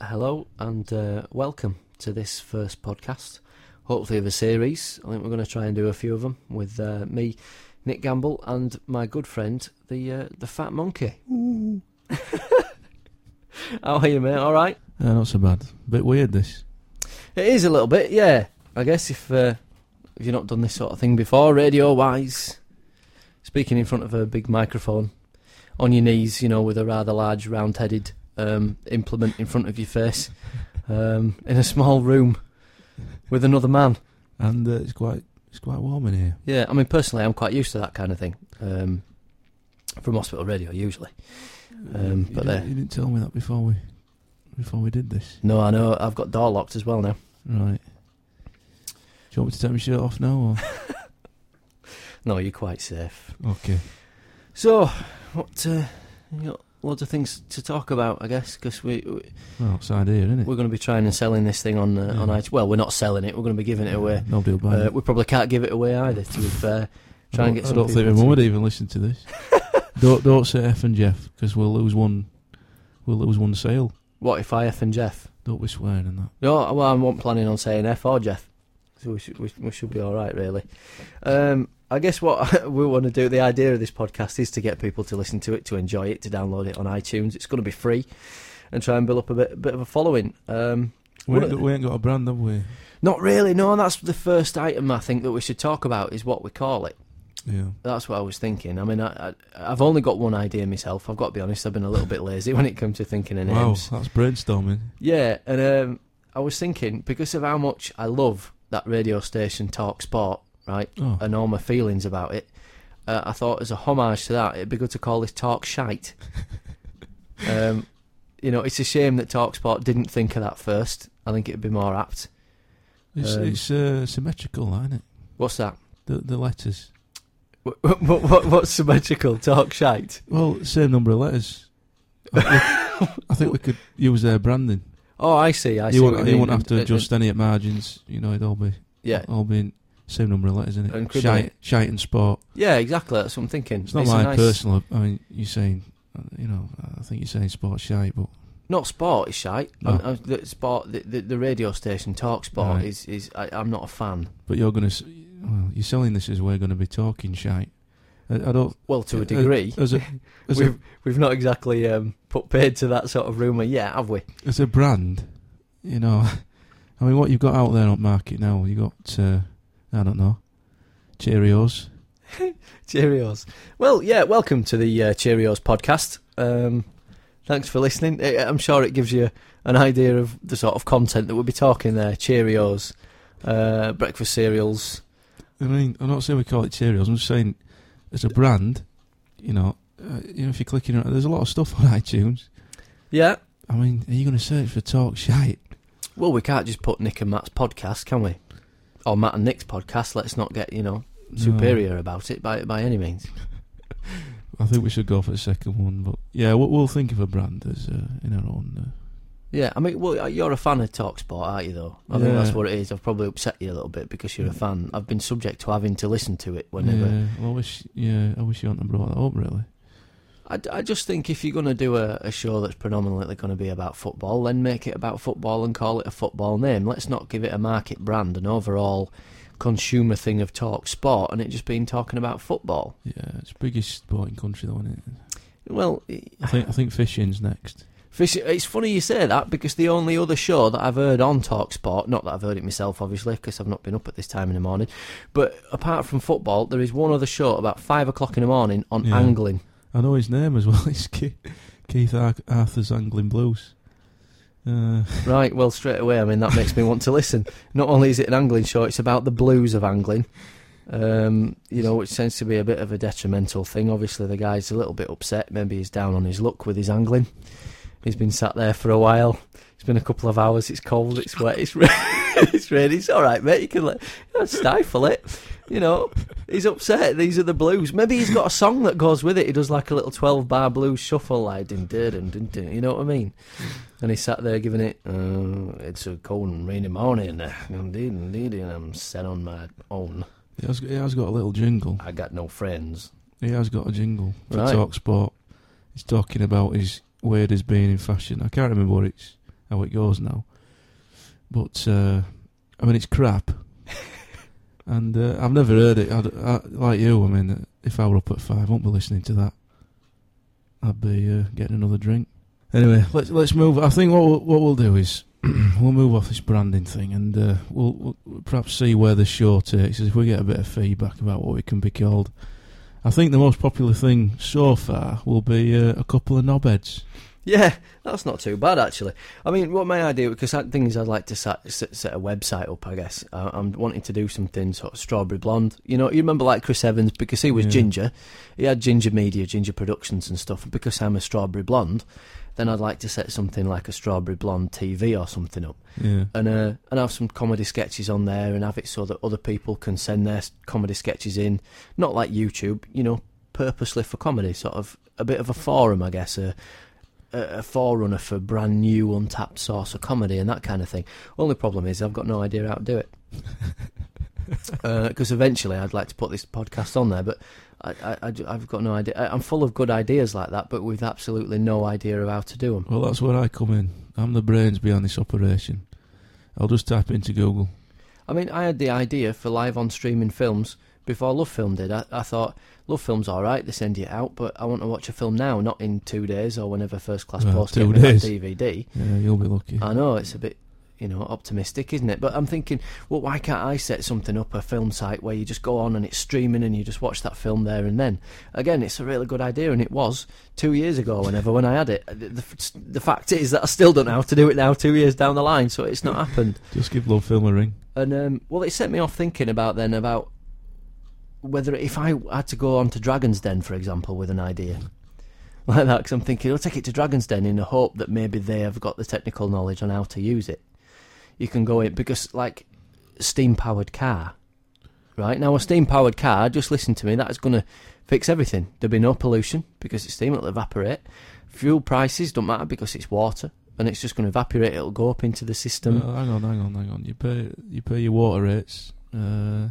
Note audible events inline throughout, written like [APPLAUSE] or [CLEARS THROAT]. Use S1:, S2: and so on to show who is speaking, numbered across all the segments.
S1: Hello and uh, welcome to this first podcast, hopefully of a series. I think we're going to try and do a few of them with uh, me, Nick Gamble, and my good friend, the uh, the Fat Monkey. How are you, mate? All right.
S2: Yeah, Uh, not so bad. Bit weird this.
S1: It is a little bit, yeah. I guess if uh, if you've not done this sort of thing before, radio wise, speaking in front of a big microphone, on your knees, you know, with a rather large round-headed um, implement in front of your face, um, in a small room with another man.
S2: And uh, it's quite it's quite warm in here.
S1: Yeah, I mean, personally, I'm quite used to that kind of thing um, from hospital radio usually. Um,
S2: you,
S1: but
S2: didn't,
S1: uh,
S2: you didn't tell me that before we before we did this.
S1: no, I know I've got door locked as well now.
S2: Right. Do you want me to take my shirt off now?
S1: No, you're quite safe.
S2: Or? okay.
S1: So, what? Uh, you got loads of things to talk about, I guess, because we, we
S2: Well, outside here, isn't
S1: [LAUGHS]
S2: it?
S1: we're going to be trying and selling this thing on uh, on
S2: Yeah.
S1: iTunes. Well, we're not selling it. We're going to be giving it away.
S2: Nobody will buy
S1: Uh,
S2: it.
S1: we probably can't give it away either. To be fair, try and
S2: I
S1: get
S2: don't-
S1: some
S2: I don't think my
S1: people
S2: mum would
S1: to-
S2: even listen
S1: [LAUGHS]
S2: to this. don't don't say F and Jeff because we'll lose one. We'll lose one sale.
S1: what if I F and Jeff?
S2: Don't be swearing and that.
S1: No, well, I wasn't planning on saying F or Jeff, so we should we, we should be all right, really. Um, I guess what [LAUGHS] we want to do, the idea of this podcast is to get people to listen to it, to enjoy it, to download it on iTunes. It's going to be free, and try and build up a bit bit of a following. Um,
S2: We
S1: What
S2: ain't,
S1: are
S2: got, we ain't got a brand, have we?
S1: Not really. No, that's the first item I think that we should talk about is what we call it.
S2: Yeah.
S1: That's what I was thinking. I mean, I, I, I've only got one idea myself. I've got to be honest. I've been a little bit lazy [LAUGHS] when it comes to thinking of
S2: wow,
S1: names.
S2: that's brainstorming.
S1: Yeah, and um, I was thinking because of how much I love that radio station Talk Sport, right,
S2: Oh,
S1: and all my feelings about it. Uh, I thought as a homage to that, it'd be good to call this Talk
S2: [LAUGHS]
S1: Shite. um, you know, it's a shame that Talk Sport didn't think of that first. I think it'd be more apt.
S2: it's
S1: um,
S2: it's uh, symmetrical, that, isn't it?
S1: What's that?
S2: The the letters.
S1: What, what, what, what's symmetrical? Talk shite.
S2: Well, same number of letters. I think- I think we could use their branding.
S1: Oh, I see. I see.
S2: you
S1: what
S2: won't,
S1: you
S2: you
S1: mean.
S2: won't have to
S1: And- and-
S2: adjust any margins. You know, it'd all be
S1: yeah,
S2: all be same number of letters,
S1: And
S2: innit?
S1: crib
S2: Shite,
S1: it.
S2: shite and sport.
S1: yeah, exactly. That's what I'm thinking.
S2: It's not
S1: a
S2: my
S1: nice-
S2: personal. I mean, you're saying, uh, you know, I think you're saying sport shite, but
S1: Not sport is shite.
S2: No.
S1: I'm, I'm- the sport, the, the, the radio station Talk Sport
S2: Right.
S1: is is. I, I'm not a fan.
S2: but you're gonna. s- Well, you're selling this as we're gonna be talking shite. I, I don't.
S1: Well, to
S2: uh,
S1: a [LAUGHS] degree,
S2: As a as a,
S1: we've we've not exactly um, put paid to that sort of rumor yet, have we?
S2: as a brand, you know, [LAUGHS] I mean, what you've got out there on market now, you got uh, I don't know, Cheerios.
S1: Cheerios. Well, yeah. Welcome to the uh, Cheerios podcast. Um, thanks for listening. I- I'm sure it gives you an idea of the sort of content that we'll be talking there. Cheerios, uh, breakfast cereals.
S2: I mean, I'm not saying we call it Cheerios. I'm just saying, as a brand, you know, uh, you know, if you're clicking, on, there's a lot of stuff on [LAUGHS] iTunes.
S1: Yeah.
S2: I mean, are you going to search for talk shite?
S1: Well, we can't just put Nick and Matt's podcast, can we? Or Matt and Nick's podcast. Let's not get you know
S2: No.
S1: superior about it by by any means.
S2: I think we should go for the second one, but yeah, we'll, we'll think of a brand as uh, in our own.
S1: Yeah, I mean, well, you're a fan of Talksport, aren't you? Though I think
S2: Yeah.
S1: that's what it is. I've probably upset you a little bit because you're a fan. I've been subject to having to listen to it
S2: Uh,
S1: whenever.
S2: yeah, well, I wish. Yeah, I wish you hadn't have brought that up. Really,
S1: I, d- I just think if you're going to do a, a show that's predominantly going to be about football, then make it about football and call it a football name. Let's not give it a market brand, an overall consumer thing of talk sport, and it just being talking about football.
S2: yeah, it's the biggest sporting country though, isn't it?
S1: Well,
S2: I think I think fishing's next.
S1: Fish, it's funny you say that because the only other show that I've heard on Talksport, not that I've heard it myself, obviously, because I've not been up at this time in the morning, but apart from football, there is one other show about five o'clock in the morning on
S2: Yeah.
S1: angling.
S2: I know his name as well. [LAUGHS] It's Ke- Keith Ar- Arthur's Angling Blues. Uh,
S1: Right, well, straight away, I mean, that makes me want to listen. Not only is it an angling show, it's about the blues of angling, um, you know, which tends to be a bit of a detrimental thing. Obviously, the guy's a little bit upset. Maybe he's down on his luck with his angling. He's been sat there for a while. It's been a couple of hours. It's cold, it's wet, it's, ra- [LAUGHS] it's raining. It's all right, mate. You can let, you know, stifle it. You know, he's upset. These are the blues. Maybe he's got a song that goes with it. He does like a little 12 bar blues shuffle, like, dun, dun, dun, dun, dun, you know what I mean? And he sat there giving it, uh, it's a cold and rainy morning. Indeed, indeed, and I'm set on my own.
S2: he, has, he has got a little jingle.
S1: I got no friends.
S2: He has got a jingle for
S1: Right.
S2: Talk Sport. He's talking about his weird as being in fashion. I can't remember what it's. how it goes now. But uh, I mean, it's crap, and uh, I've never heard it. I'd, I, like you, I mean, if I were up at five, I wouldn't be listening to that. I'd be uh, getting another drink. Anyway, let's let's move. I think what we'll, what we'll do is [CLEARS THROAT] we'll move off this branding thing, and uh, we'll, we'll perhaps see where the show takes us. If we get a bit of feedback about what we can be called, I think the most popular thing so far will be uh, a couple of knobheads.
S1: Yeah, that's not too bad actually. I mean, what my idea because that thing is, I'd like to set, set, set a website up. I guess I, I'm wanting to do something sort of strawberry blonde. You know, you remember like Chris Evans because he was
S2: Yeah.
S1: ginger, he had ginger media, ginger productions and stuff. And because I'm a strawberry blonde, then I'd like to set something like a strawberry blonde TV or something up,
S2: Yeah,
S1: and uh, and have some comedy sketches on there, and have it so that other people can send their s- comedy sketches in, not like YouTube, you know, purposely for comedy, sort of a bit of a forum, I guess. A, a a forerunner for brand new untapped source of comedy and that kind of thing. Only problem is I've got no idea how to do it. Because eventually I'd like to put this podcast on there, but I, I, have got no idea. I- I'm full of good ideas like that, but with absolutely no idea of how to do them.
S2: well, that's where I come in. I'm the brains behind this operation. I'll just type into Google.
S1: I mean, I had the idea for live on streaming films before Love Film did. I, I thought Love Film's all right, they send you out, but I want to watch a film now, not in two days or whenever First Class
S2: Well,
S1: Post
S2: two
S1: gave me that
S2: days.
S1: DVD.
S2: Yeah, you'll be lucky.
S1: I know it's a bit, you know, optimistic, isn't it? But I'm thinking, well, why can't I set something up a film site where you just go on and it's streaming and you just watch that film there and then? Again, it's a really good idea, and it was two years ago. Whenever when I had it, the, the, f- the fact is that I still don't know how to do it now. Two years down the line, so it's not happened.
S2: Just give Love Film a ring.
S1: And um, well, it set me off thinking about then about whether if I had to go on to Dragon's Den, for example, with an idea [LAUGHS] like that, because I'm thinking I'll take it to Dragon's Den in the hope that maybe they have got the technical knowledge on how to use it. You can go in because like steam powered car, right now a steam powered car. Just listen to me. That is going to fix everything. There'll be no pollution because it's steam. It'll evaporate. Fuel prices don't matter because it's water and it's just going to evaporate. It'll go up into the system.
S2: No, Uh, hang on, hang on, hang on. You pay, you pay your water rates. Uh,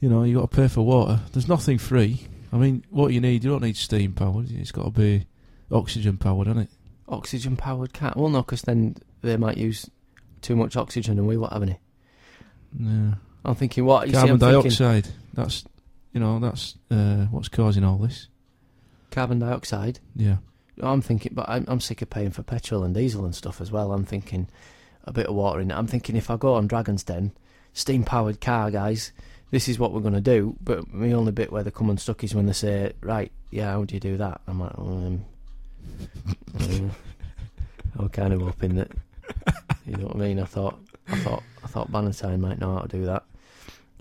S2: you know, you got to pay for water. There's nothing free. I mean, what you need, you don't need steam powered. It's got to be oxygen powered, hasn't it?
S1: oxygen powered car. Well, no, 'cause then they might use too much oxygen and we won't have any.
S2: Yeah.
S1: I'm thinking, what? You see,
S2: Carbon
S1: I'm Thinking,
S2: dioxide. That's you know that's uh, what's causing all this.
S1: carbon dioxide.
S2: Yeah.
S1: I'm thinking, but I'm, I'm sick of paying for petrol and diesel and stuff as well. I'm thinking a bit of water in it. I'm thinking if I go on Dragon's Den, steam powered car, guys, this is what we're going to do. But the only bit where they come unstuck is when they say, right, yeah, how do you do that? I'm like, um, [LAUGHS] um, I was kind of hoping that, you know what I mean? I thought, I thought, I thought Valentine might know how to do that.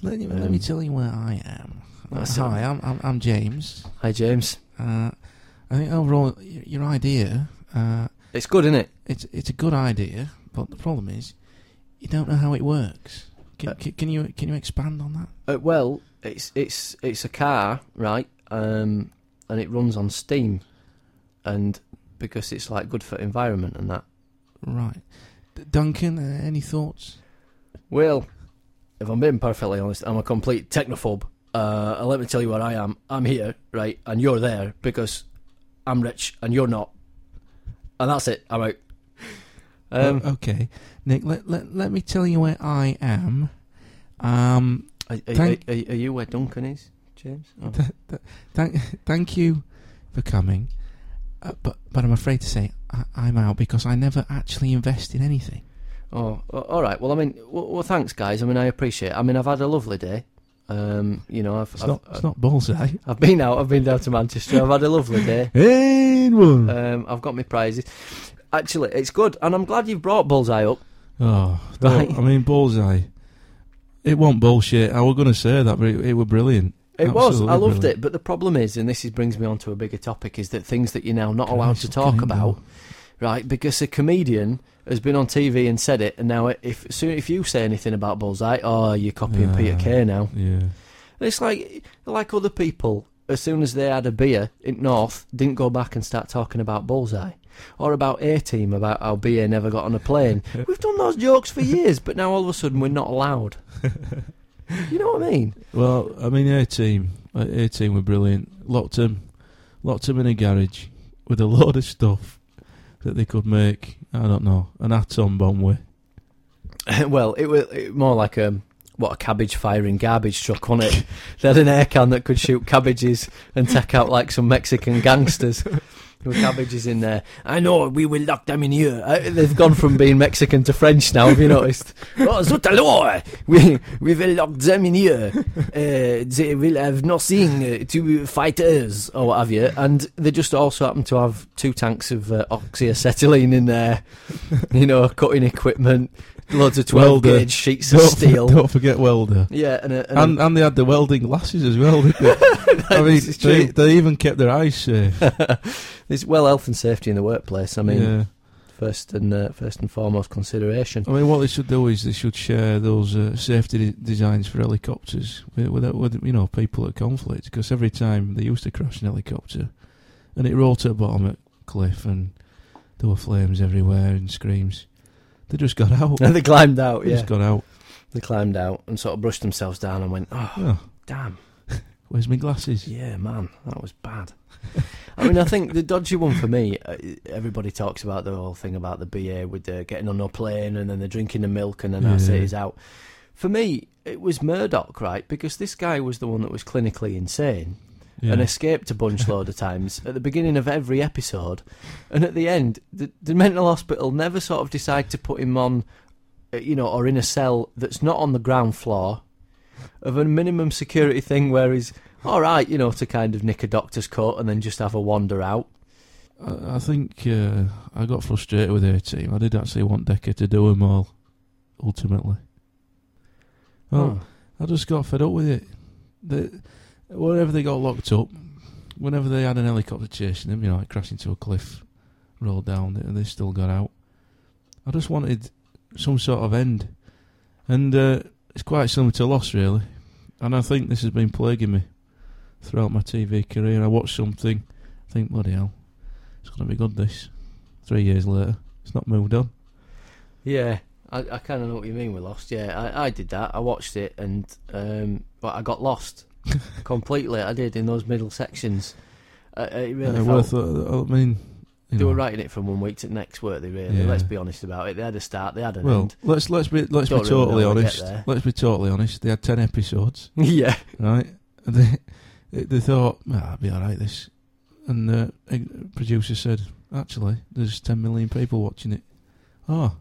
S2: Let, me-
S1: Um,
S2: tell you where I am. Uh,
S1: That's it.
S2: I'm, I'm I'm James.
S1: Hi, James.
S2: Uh, I think overall y- your idea uh,
S1: It's good, isn't it?
S2: it's it's a good idea, but the problem is you don't know how it works. Can,
S1: Uh,
S2: can, can you can you expand on that?
S1: Uh, well, it's it's it's a car, right? Um, and it runs on steam, and because it's like good for environment and that.
S2: Right, D- Duncan. Uh, any thoughts?
S1: Well, if I'm being perfectly honest, I'm a complete technophobe. Uh, and let me tell you where I am. I'm here, right, and you're there because I'm rich and you're not, and that's it. I'm out. Um,
S2: O- okay, Nick. Let, let let me tell you where I am. Um,
S1: are, are, are,
S2: thank-
S1: are you where Duncan is, James? Oh.
S2: thank thank you for coming, uh, but but I'm afraid to say I, I'm out because I never actually invest in anything.
S1: Oh, a- all right. Well, I mean, well, well, thanks, guys. I mean, I appreciate. it. I mean, I've had a lovely day. Um, you know, I've
S2: It's
S1: I've,
S2: not it's not bullseye.
S1: I've been out. I've been down to Manchester. I've had a lovely day.
S2: And one.
S1: Um, I've got my prizes. Actually, it's good, and I'm glad you've brought Bullseye up.
S2: oh, that-
S1: right.
S2: I mean bullseye. It wasn't bullshit. I was going to say that, but it, it were brilliant.
S1: It was. I
S2: Absolutely
S1: loved
S2: brilliant.
S1: it. But the problem is, and this is, brings me on to a bigger topic, is that things that you're now not allowed
S2: Christ,
S1: to
S2: fucking
S1: talk
S2: hell.
S1: about, right? Because a comedian has been on TV and said it, and now if soon if you say anything about Bullseye, oh, you're copying
S2: Yeah.
S1: Peter Kay now.
S2: Yeah.
S1: It's like like other people. As soon as they had a beer in North, didn't go back and start talking about Bullseye or about A Team, about how BA never got on a plane. We've done those jokes for years, but now all of a sudden we're not allowed. You know what I mean?
S2: Well, I mean, A team, A [LAUGHS] team were brilliant. Locked him, locked him in a garage with a load of stuff that they could make, I don't know, an atom bomb with.
S1: [LAUGHS] well, it was it, more like um what a cabbage firing garbage truck on it. they had an air can that could shoot cabbages and take out like some Mexican gangsters. With cabbages in there. I know we will lock them in here. I, they've gone from being Mexican to French now. Have you noticed? oh, zut alors! We we will lock them in here. Uh, they will have nothing uh, to fight us or what have you. And they just also happen to have two tanks of uh, oxyacetylene in there. You know, cutting equipment, loads of twelve
S2: Welder.
S1: gauge sheets of steel.
S2: Don't forget welder.
S1: Yeah, and, a, and, a-
S2: And, [LAUGHS] and they had the welding glasses as well,
S1: [LAUGHS]
S2: didn't they? I mean,
S1: This is
S2: they,
S1: true.
S2: they even kept their eyes safe.
S1: [LAUGHS] there's well health and safety in the workplace. I mean,
S2: yeah.
S1: first and uh, first and foremost consideration.
S2: I mean, what they should do is they should share those uh, safety de- designs for helicopters with, with, with you know people at conflict because every time they used to crash an helicopter, and it rolled to the bottom at cliff and there were flames everywhere and screams. They just got out.
S1: And [LAUGHS] they climbed out.
S2: they
S1: Yeah,
S2: just got out.
S1: they climbed out and sort of brushed themselves down and went, "Oh,
S2: Oh,
S1: damn,
S2: where's my glasses?
S1: yeah, man, that was bad." I mean, I think the dodgy one for me. uh, Everybody talks about the whole thing about the BA with the getting on a plane and then they're drinking the milk and then that's
S2: Yeah.
S1: it is out. For me, it was Murdoch, right? Because this guy was the one that was clinically insane.
S2: Yeah.
S1: and escaped a
S2: [LAUGHS]
S1: bunch load of times at the beginning of every episode, and at the end, the, the mental hospital never sort of decide to put him on, uh, you know, or in a cell that's not on the ground floor, of a minimum security thing where he's all right, you know, to kind of nick a doctor's coat and then just have a wander out.
S2: I, I think uh, I got frustrated with their team. I did actually want Decker to do them all, ultimately. Well,
S1: Hmm.
S2: I just got fed up with it. The, whenever they got locked up, whenever they had an helicopter chasing them, you know, like crashing to a cliff, rolled down, and they still got out. I just wanted some sort of end, and uh, it's quite similar to Lost, really. And I think this has been plaguing me throughout my TV career. I watch something, think, bloody hell, it's gonna be good. This three years later, it's not moved on.
S1: Yeah, I, I kind of know what you mean. We lost. Yeah, I, I did that. I watched it, and um, but I got
S2: [LAUGHS]
S1: lost completely. I did in those middle sections. Uh, it really
S2: Uh,
S1: felt
S2: worth. uh, I mean, you
S1: They were
S2: know.
S1: writing it from one week to the next, weren't they? Really?
S2: Yeah.
S1: Let's be honest about it. They had a start. They had an
S2: Well,
S1: end. [LAUGHS]
S2: let's let's be let's
S1: Don't really
S2: be totally
S1: know how we get
S2: honest.
S1: there.
S2: Let's be totally honest. They had ten episodes, [LAUGHS]
S1: yeah.
S2: right? And they they, they thought, ah, it'll be all right this, and the ex- producer said, actually, there's ten million people watching it. Oh,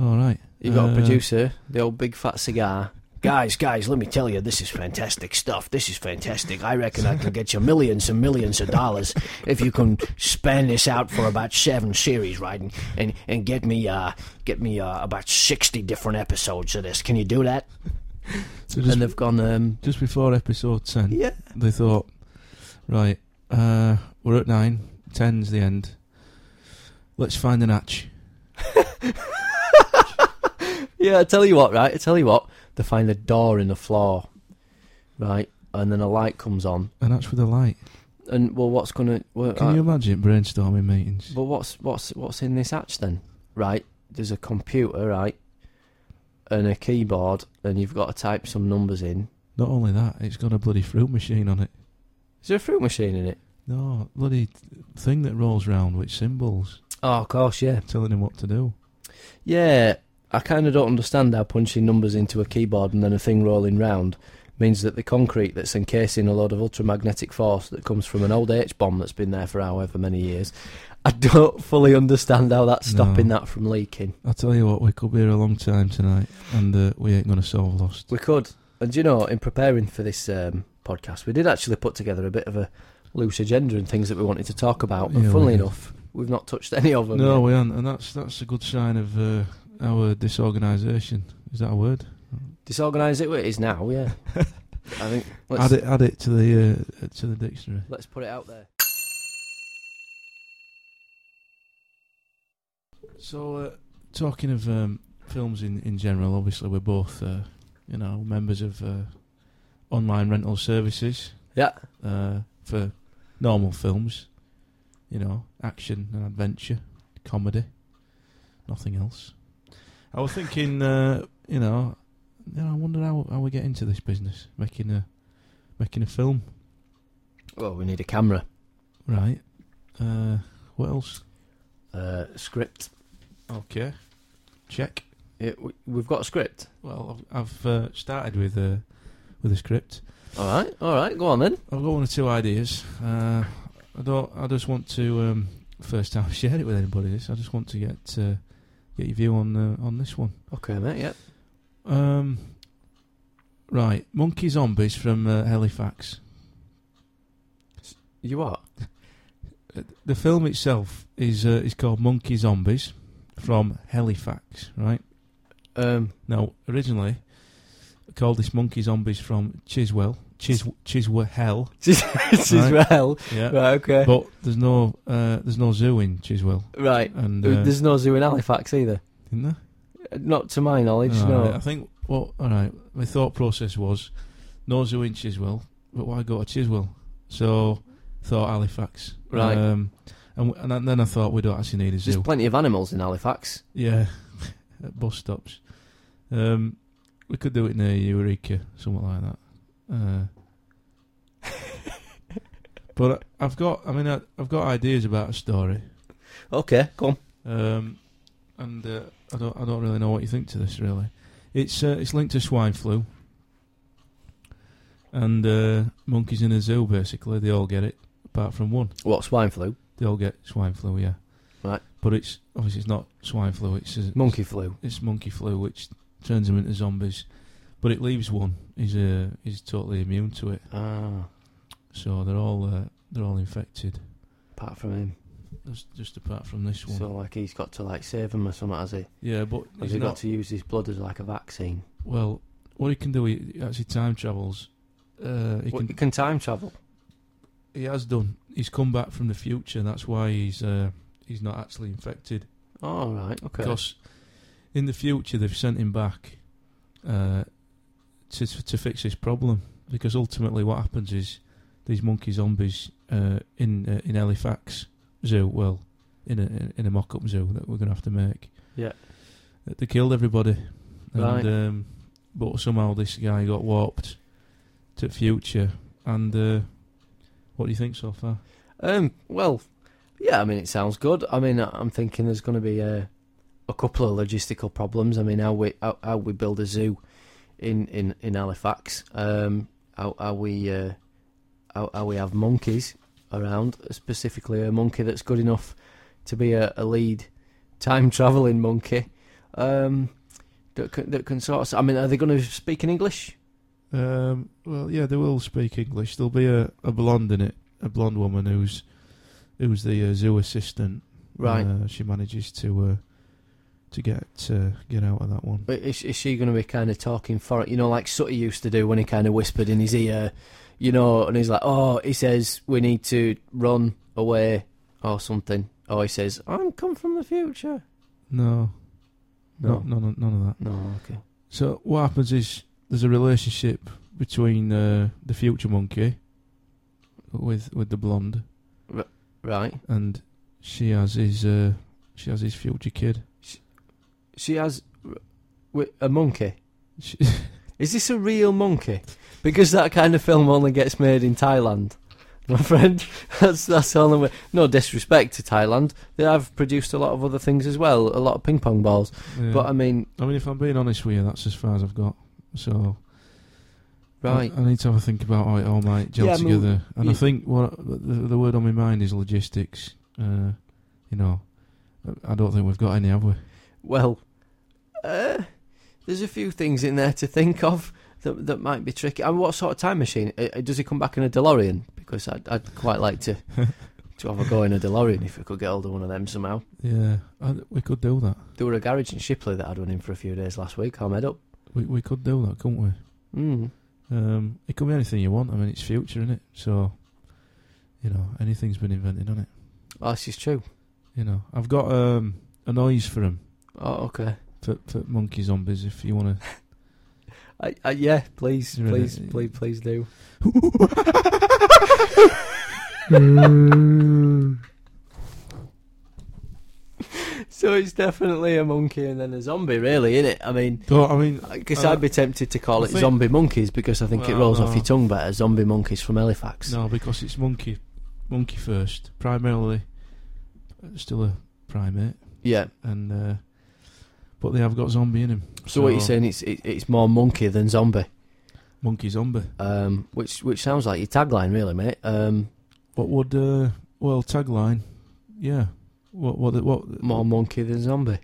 S2: all right.
S1: You got
S2: Uh,
S1: a producer, the old big fat cigar. Guys, guys, let me tell you, this is fantastic stuff. This is fantastic. I reckon I can get you millions and millions of dollars if you can span this out for about seven series, right? And and, and get me uh get me uh, about sixty different episodes of this. Can you do that?
S2: So just,
S1: they've gone, um,
S2: just before episode ten,
S1: yeah,
S2: they thought, right, uh, we're at nine. Ten's the end. Let's find an hatch.
S1: Yeah, I tell you what, right? I tell you what, they find a door in the floor, right? And then a light comes on.
S2: An hatch with a light.
S1: And well, what's gonna? Well,
S2: Can
S1: I-
S2: you imagine brainstorming meetings?
S1: but what's what's what's in this hatch then? Right, there's a computer, right, and a keyboard, and you've got to type some numbers in.
S2: Not only that, it's got a bloody fruit machine on it.
S1: Is there a fruit machine in it?
S2: No, bloody thing that rolls round with symbols
S1: Oh, of course, yeah,
S2: telling him what to do.
S1: yeah. I kind of don't understand how punching numbers into a keyboard and then a thing rolling round means that the concrete that's encasing a load of ultramagnetic force that comes from an old H bomb that's been there for however many years. I don't [LAUGHS] fully understand how that's
S2: No.
S1: stopping that from leaking.
S2: I tell you what, we could be here a long time tonight, and uh, we ain't going to solve Lost.
S1: We could. And you know, in preparing for this um, podcast, we did actually put together a bit of a loose agenda and things that we wanted to talk about. And
S2: Yeah, we
S1: funnily
S2: did.
S1: enough, we've not touched any of them.
S2: no,
S1: yet.
S2: we aren't, and that's that's a good sign of uh, our disorganisation. Is that a word?
S1: Disorganised it it is now,
S2: [LAUGHS]
S1: yeah. I think
S2: add
S1: let's,
S2: it, add it to the uh, to the dictionary.
S1: let's put it out there.
S2: So, uh, talking of um, films in, in general, obviously we're both, uh, you know, members of uh, online rental services.
S1: Yeah.
S2: Uh, for normal films, you know, action and adventure, comedy, nothing else. I was thinking, uh, you know, you know, I wonder how how we get into this business, making a making a film,
S1: Well, we need a camera.
S2: right? Uh, what else?
S1: uh, script.
S2: Okay. Check.
S1: It, we- we've got a script.
S2: Well, I've, I've uh, started with uh, with a script.
S1: All right, all right, go on then.
S2: I've got one or two ideas. Uh, I don't. I just want to um, first time share it with anybody. This. I just want to get uh, get your view on uh, on this one.
S1: Okay, mate. Yeah.
S2: Um, right, monkey zombies from uh, Halifax.
S1: You what?
S2: Uh, The film itself is uh, is called Monkey Zombies from Halifax. Right
S1: Um,
S2: now, originally I called this Monkey Zombies from Chiswell. Chis Chiswell Hell.
S1: [LAUGHS] this is
S2: Right.
S1: well.
S2: Yeah.
S1: Right. Okay.
S2: But there's no uh, there's no zoo in Chiswell,
S1: right.
S2: and uh,
S1: There's no zoo in Halifax either.
S2: isn't there?
S1: Not to my knowledge.
S2: All
S1: no.
S2: right, I think well, all right. My thought process was no zoo in Chiswell, but why go to Chiswell? So thought Halifax,
S1: Right.
S2: Um, and, w- and then I thought we don't actually need a zoo.
S1: There's plenty of animals in [LAUGHS] Halifax.
S2: yeah, [LAUGHS] at bus stops. Um, we could do it near Eureka, something like that. Uh, but I- I've got, I mean, I, I've got ideas about a story,
S1: Okay, come.
S2: um, and uh, I don't, I don't really know what you think to this. Really, it's uh, it's linked to swine flu, and uh, monkeys in a zoo. Basically, they all get it, apart from one.
S1: What swine flu?
S2: They all get swine flu. Yeah,
S1: Right.
S2: But it's obviously it's not swine flu. It's a,
S1: Monkey flu.
S2: It's monkey flu, which turns them into zombies. But it leaves one. He's uh, he's totally immune to it,
S1: Ah,
S2: so they're all uh, they're all infected.
S1: apart from him.
S2: That's just apart from this one.
S1: So like he's got to like save him or something, has he?
S2: yeah, but
S1: Has
S2: he's
S1: he
S2: not-
S1: got to use his blood as like a vaccine?
S2: Well, what he can do, he actually time travels. Uh, he,
S1: What,
S2: can,
S1: he can time travel.
S2: he has done. He's come back from the future. That's why he's uh, he's not actually infected.
S1: All right. Okay.
S2: Because in the future they've sent him back uh, to to fix his problem. Because ultimately, what happens is these monkey zombies uh, in uh, in Halifax Zoo, well, in a in a mock-up zoo that we're going to have to make.
S1: Yeah.
S2: that They killed everybody. And,
S1: Right.
S2: Um, but somehow this guy got warped to future. And uh, what do you think so far?
S1: Um. Well, yeah. I mean, it sounds good. I mean, I- I'm thinking there's going to be a, a couple of logistical problems. I mean, how we how, how we build a zoo in in in Halifax. Um. How, how we uh, how, how we have monkeys around, specifically a monkey that's good enough to be a, a lead time traveling monkey. Um. That can, that can sort of. I mean, are they going to speak in English?
S2: Um, well, yeah, they will speak English. There'll be a, a blonde in it, a blonde woman who's who's the uh, zoo assistant.
S1: Right.
S2: Uh, she manages to uh, to get uh, get out of that one.
S1: But is, is she going to be kind of talking for it? You know, like Sutty used to do when he kind of whispered in his ear, you know, and he's like, oh, he says, we need to run away or something. Or he says, I'm come from the future.
S2: No,
S1: No.
S2: no, none, none of that.
S1: No, okay.
S2: So what happens is there's a relationship between uh, the future monkey with with the blonde,
S1: Right.
S2: and she has his uh, she has his future kid. [LAUGHS]
S1: She has r- wi- a monkey.
S2: She,
S1: Is this a real monkey? Because that kind of film only gets made in Thailand. My friend, [LAUGHS] that's that's the only way. No disrespect to Thailand, they have produced a lot of other things as well, a lot of ping pong balls.
S2: yeah.
S1: But um, I mean,
S2: I mean, if I'm being honest with you, that's as far as I've got. So
S1: right?
S2: I, I need to have a think about how it all might gel
S1: Yeah, I mean,
S2: together. and I
S1: you-
S2: think what the, the word on my mind is logistics. Uh, you know, I don't think we've got any, have we?
S1: Well, uh, there's a few things in there to think of that that might be tricky. And what sort of time machine? Uh, uh, Does he come back in a DeLorean? Because I'd, I'd quite like to to have a go in a DeLorean if we could get hold of one of them somehow.
S2: Yeah, I, we could do that.
S1: There were a garage in Shipley that I'd run in for a few days last week. Oh, I'm head up.
S2: We we could do that, couldn't we?
S1: Mm.
S2: Um, it could be anything you want. I mean, it's future, is it? So, you know, anything's been invented on it.
S1: Oh, this is true.
S2: You know, I've got um, a noise for 'em,
S1: Oh, okay.
S2: for for monkey zombies. If you
S1: [LAUGHS]
S2: want to
S1: I, I, Uh, yeah, please,
S2: You're in
S1: please,
S2: it.
S1: please, please
S2: [LAUGHS]
S1: do. so it's definitely a monkey and then a zombie, really, isn't it? I mean,
S2: Well, I mean,
S1: I guess
S2: Uh,
S1: I'd be tempted to call
S2: I
S1: it
S2: think-
S1: zombie monkeys because I think it
S2: Well,
S1: rolls off
S2: no.
S1: your tongue better. Zombie monkeys from Halifax.
S2: no, because it's monkey, monkey first, primarily. uh, Still a primate,
S1: Yeah.
S2: and uh, but they have got zombie in him.
S1: So, what you're saying it's it, it's more monkey than zombie,
S2: Monkey zombie.
S1: um, which which sounds like your tagline, really, mate. Um,
S2: What would uh, well tagline? Yeah. What what what?
S1: more monkey than zombie.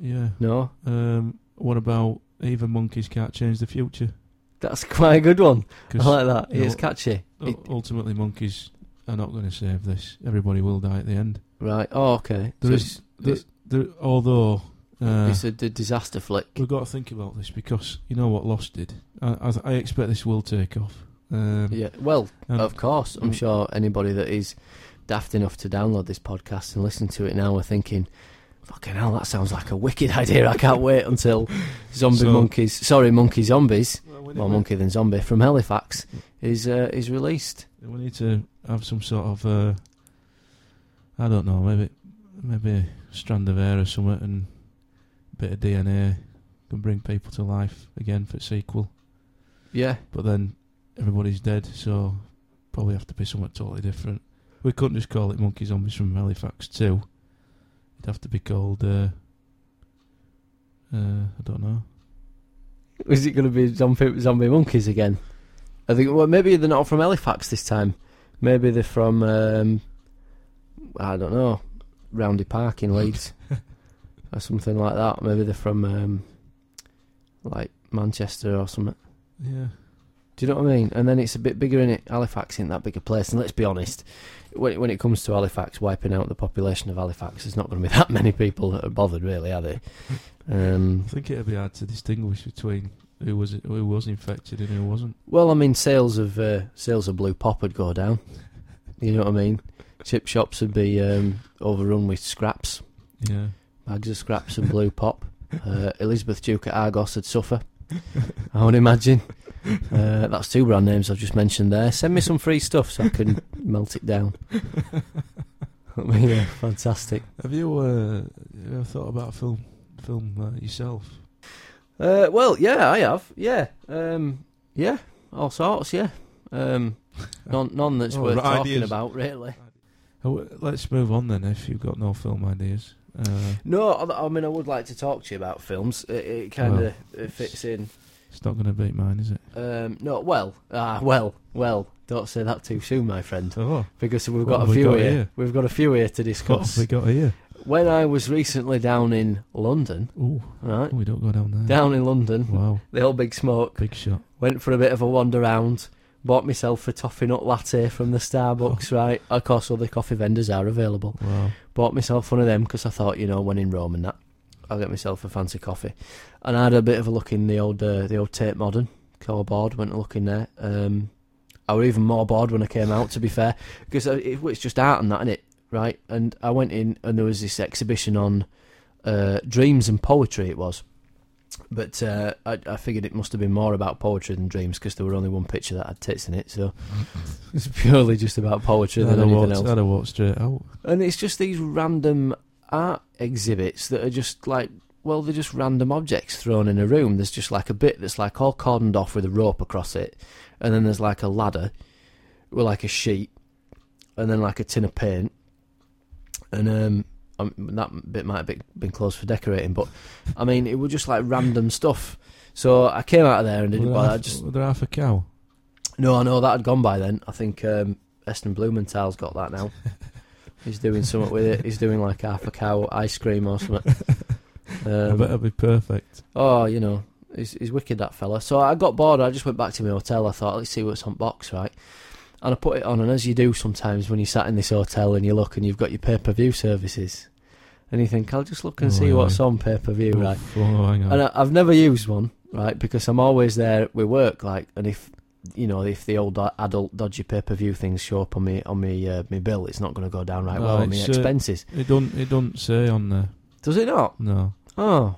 S2: Yeah.
S1: No,
S2: Um. What about even monkeys can't change the future?
S1: that's quite a good one. I like that.
S2: you know,
S1: It's catchy.
S2: u-
S1: It-
S2: ultimately monkeys are not going to save this. Everybody will die at the end.
S1: right. Oh, okay.
S2: There
S1: so
S2: is-
S1: it's,
S2: There, although uh,
S1: it's a d- disaster flick.
S2: we've got to think about this because you know what Lost did. I, I, I expect this will take off. Um,
S1: Yeah. Well,
S2: and-
S1: Of course, I'm
S2: Mm.
S1: sure anybody that is daft enough to download this podcast and listen to it now are thinking, "Fucking hell, that sounds like a wicked [LAUGHS] idea." I can't wait until zombie
S2: So-
S1: monkeys, sorry, monkey zombies,
S2: Well, we,
S1: more
S2: need,
S1: monkey than zombie from Halifax is uh, is released.
S2: we- we need to have some sort of uh, I don't know, maybe maybe a strand of hair or something and a bit of DNA can bring people to life again for sequel.
S1: Yeah,
S2: But then everybody's dead, so probably have to be somewhat totally different. We couldn't just call it Monkey Zombies from Halifax 2. It'd have to be called, uh, uh, I don't know.
S1: is it going to be zombie zombie monkeys again? I think. Well, maybe they're not from Halifax this time. Maybe they're from um, I don't know, Roundy Park in Leeds. or something like that. Maybe they're from um, like Manchester or something.
S2: Yeah.
S1: Do you know what I mean? And then it's a bit bigger in it. Halifax isn't that big a place, and let's be honest, when it, when it comes to Halifax, wiping out the population of Halifax, there's not going to be [LAUGHS] that many people that are bothered, really, are they? Um,
S2: I think it'd be hard to distinguish between who was who was infected and who wasn't.
S1: well, I mean, sales of uh, sales of blue pop would go down. You know what I mean? Chip shops would be um, overrun with scraps,
S2: Yeah.
S1: bags of scraps and blue pop. Uh, Elizabeth Duke at Argos would suffer. I would imagine. Uh, that's two brand names I've just mentioned there. Send me some free stuff so I
S2: [LAUGHS]
S1: can melt it down. [LAUGHS] That'd be, uh, fantastic.
S2: Have you, uh, you ever thought about a film film uh, yourself?
S1: Uh, well, yeah, I have. Yeah, um, yeah, all sorts. Yeah, um, none, none that's
S2: Oh,
S1: worth
S2: right,
S1: talking
S2: ideas.
S1: about, really.
S2: Oh, w- let's move on then. If you've got no film ideas, uh,
S1: No, I, I mean, I would like to talk to you about films. It, it kind of it fits in.
S2: it's not going to beat mine, is it?
S1: Um, no, well, ah, well, well. Don't say that too soon, my friend,
S2: Oh,
S1: because we've
S2: What
S1: got
S2: have
S1: a
S2: we
S1: few
S2: got
S1: here.
S2: here?
S1: We've got a few here to
S2: what have
S1: discuss.
S2: we got here?
S1: When I was recently down in London,
S2: Ooh,
S1: right,
S2: we don't go down there.
S1: down in London,
S2: Wow,
S1: the old big smoke.
S2: big shot.
S1: Went for a bit of a wander round. Bought myself a toffee nut latte from the Starbucks,
S2: Oh.
S1: right? Of course, all the coffee vendors are available.
S2: Wow.
S1: Bought myself one of them because I thought, you know, when in Rome and that, I'll get myself a fancy coffee. And I had a bit of a look in the old uh, the old Tate Modern core board. Went and look in there. Um, I were even more bored when I came out, to be fair, because uh, it, it's just art and that, innit? Right? And I went in and there was this exhibition on uh, dreams and poetry. It was but uh, I, I figured it must have been more about poetry than dreams because there were only one picture that had tits in it, so [LAUGHS] it's purely just about poetry
S2: I'd
S1: than
S2: have
S1: anything
S2: walked,
S1: else.
S2: I'd have walked straight out.
S1: And it's just these random art exhibits that are just like, well, they're just random objects thrown in a room. There's just like a bit that's like all cordoned off with a rope across it, and then there's like a ladder with like a sheet, and then like a tin of paint, and um. Um, that bit might have been- been closed for decorating, but I mean, it was just like random stuff. So I came out of there and
S2: Were
S1: didn't
S2: there
S1: bother.
S2: [LAUGHS]
S1: I
S2: half-
S1: just
S2: were there half a cow.
S1: no, I know that had gone by then. I think um, Eston Blumenthal's got that
S2: [LAUGHS]
S1: now. He's doing something with it. He's doing like half a cow ice cream or something.
S2: [LAUGHS] I
S1: Um,
S2: better be perfect.
S1: oh, you know, he's, he's wicked that fella. So I got bored. I just went back to my hotel. I thought, let's see what's on box, right? And I put it on, and as you do sometimes when you sat in this hotel and you look and you've got your pay per view services, and you think, I'll just look and
S2: Oh,
S1: see
S2: yeah.
S1: what's on pay per view,
S2: Oof,
S1: right?
S2: Oh, hang on.
S1: And I, I've never used one, right? Because I'm always there with work, like, and if you know, if the old do- adult dodgy pay per view things show up on me on me uh, my bill, it's not going to go down right
S2: No,
S1: well on my
S2: it's, uh,
S1: expenses,
S2: it don't. It don't say on there.
S1: does it not?
S2: No.
S1: Oh,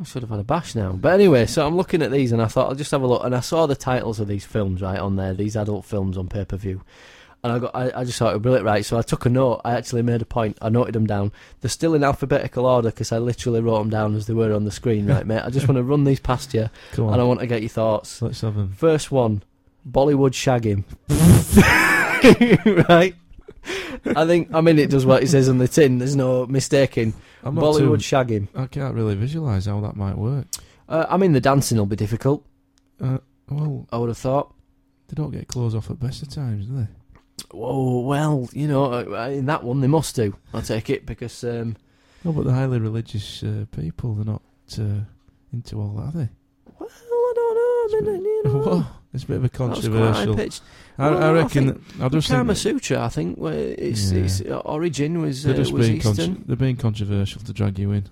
S1: I should have had a bash now. But anyway, so I'm looking at these, and I thought I'll just have a look, and I saw the titles of these films right on there, these adult films on pay per view. And I got, I, I just thought it was brilliant, right? So I took a note. I actually made a point. I noted them down. They're still in alphabetical order because I literally wrote them down as they were on the screen, right, mate? I just want to run these past you
S2: Come
S1: and I
S2: on.
S1: want to get your thoughts.
S2: Let's have him.
S1: First one, Bollywood shagging. [LAUGHS] right? I think I mean it does what it says on the tin. There's no mistaking.
S2: I'm not
S1: Bollywood
S2: Too,
S1: shagging.
S2: I can't really visualise how that might work.
S1: Uh, I mean the dancing will be difficult.
S2: Uh, well,
S1: I would have thought.
S2: they don't get clothes off at best of times, do they?
S1: Whoa, well, you know, uh, in that one they must do. I take it because um,
S2: No, but the highly religious uh, people, they're not uh, into all that, are they?
S1: well, I don't know. I mean, you know,
S2: What? It's a bit of a
S1: that was quite high
S2: controversial.
S1: pitched.
S2: I,
S1: Well,
S2: I
S1: I
S2: reckon. I, just think
S1: Kama Sutra, I think, where its,
S2: Yeah.
S1: its uh, origin was
S2: they're
S1: uh,
S2: just
S1: was
S2: being con-
S1: Eastern.
S2: they're being controversial to drag you in.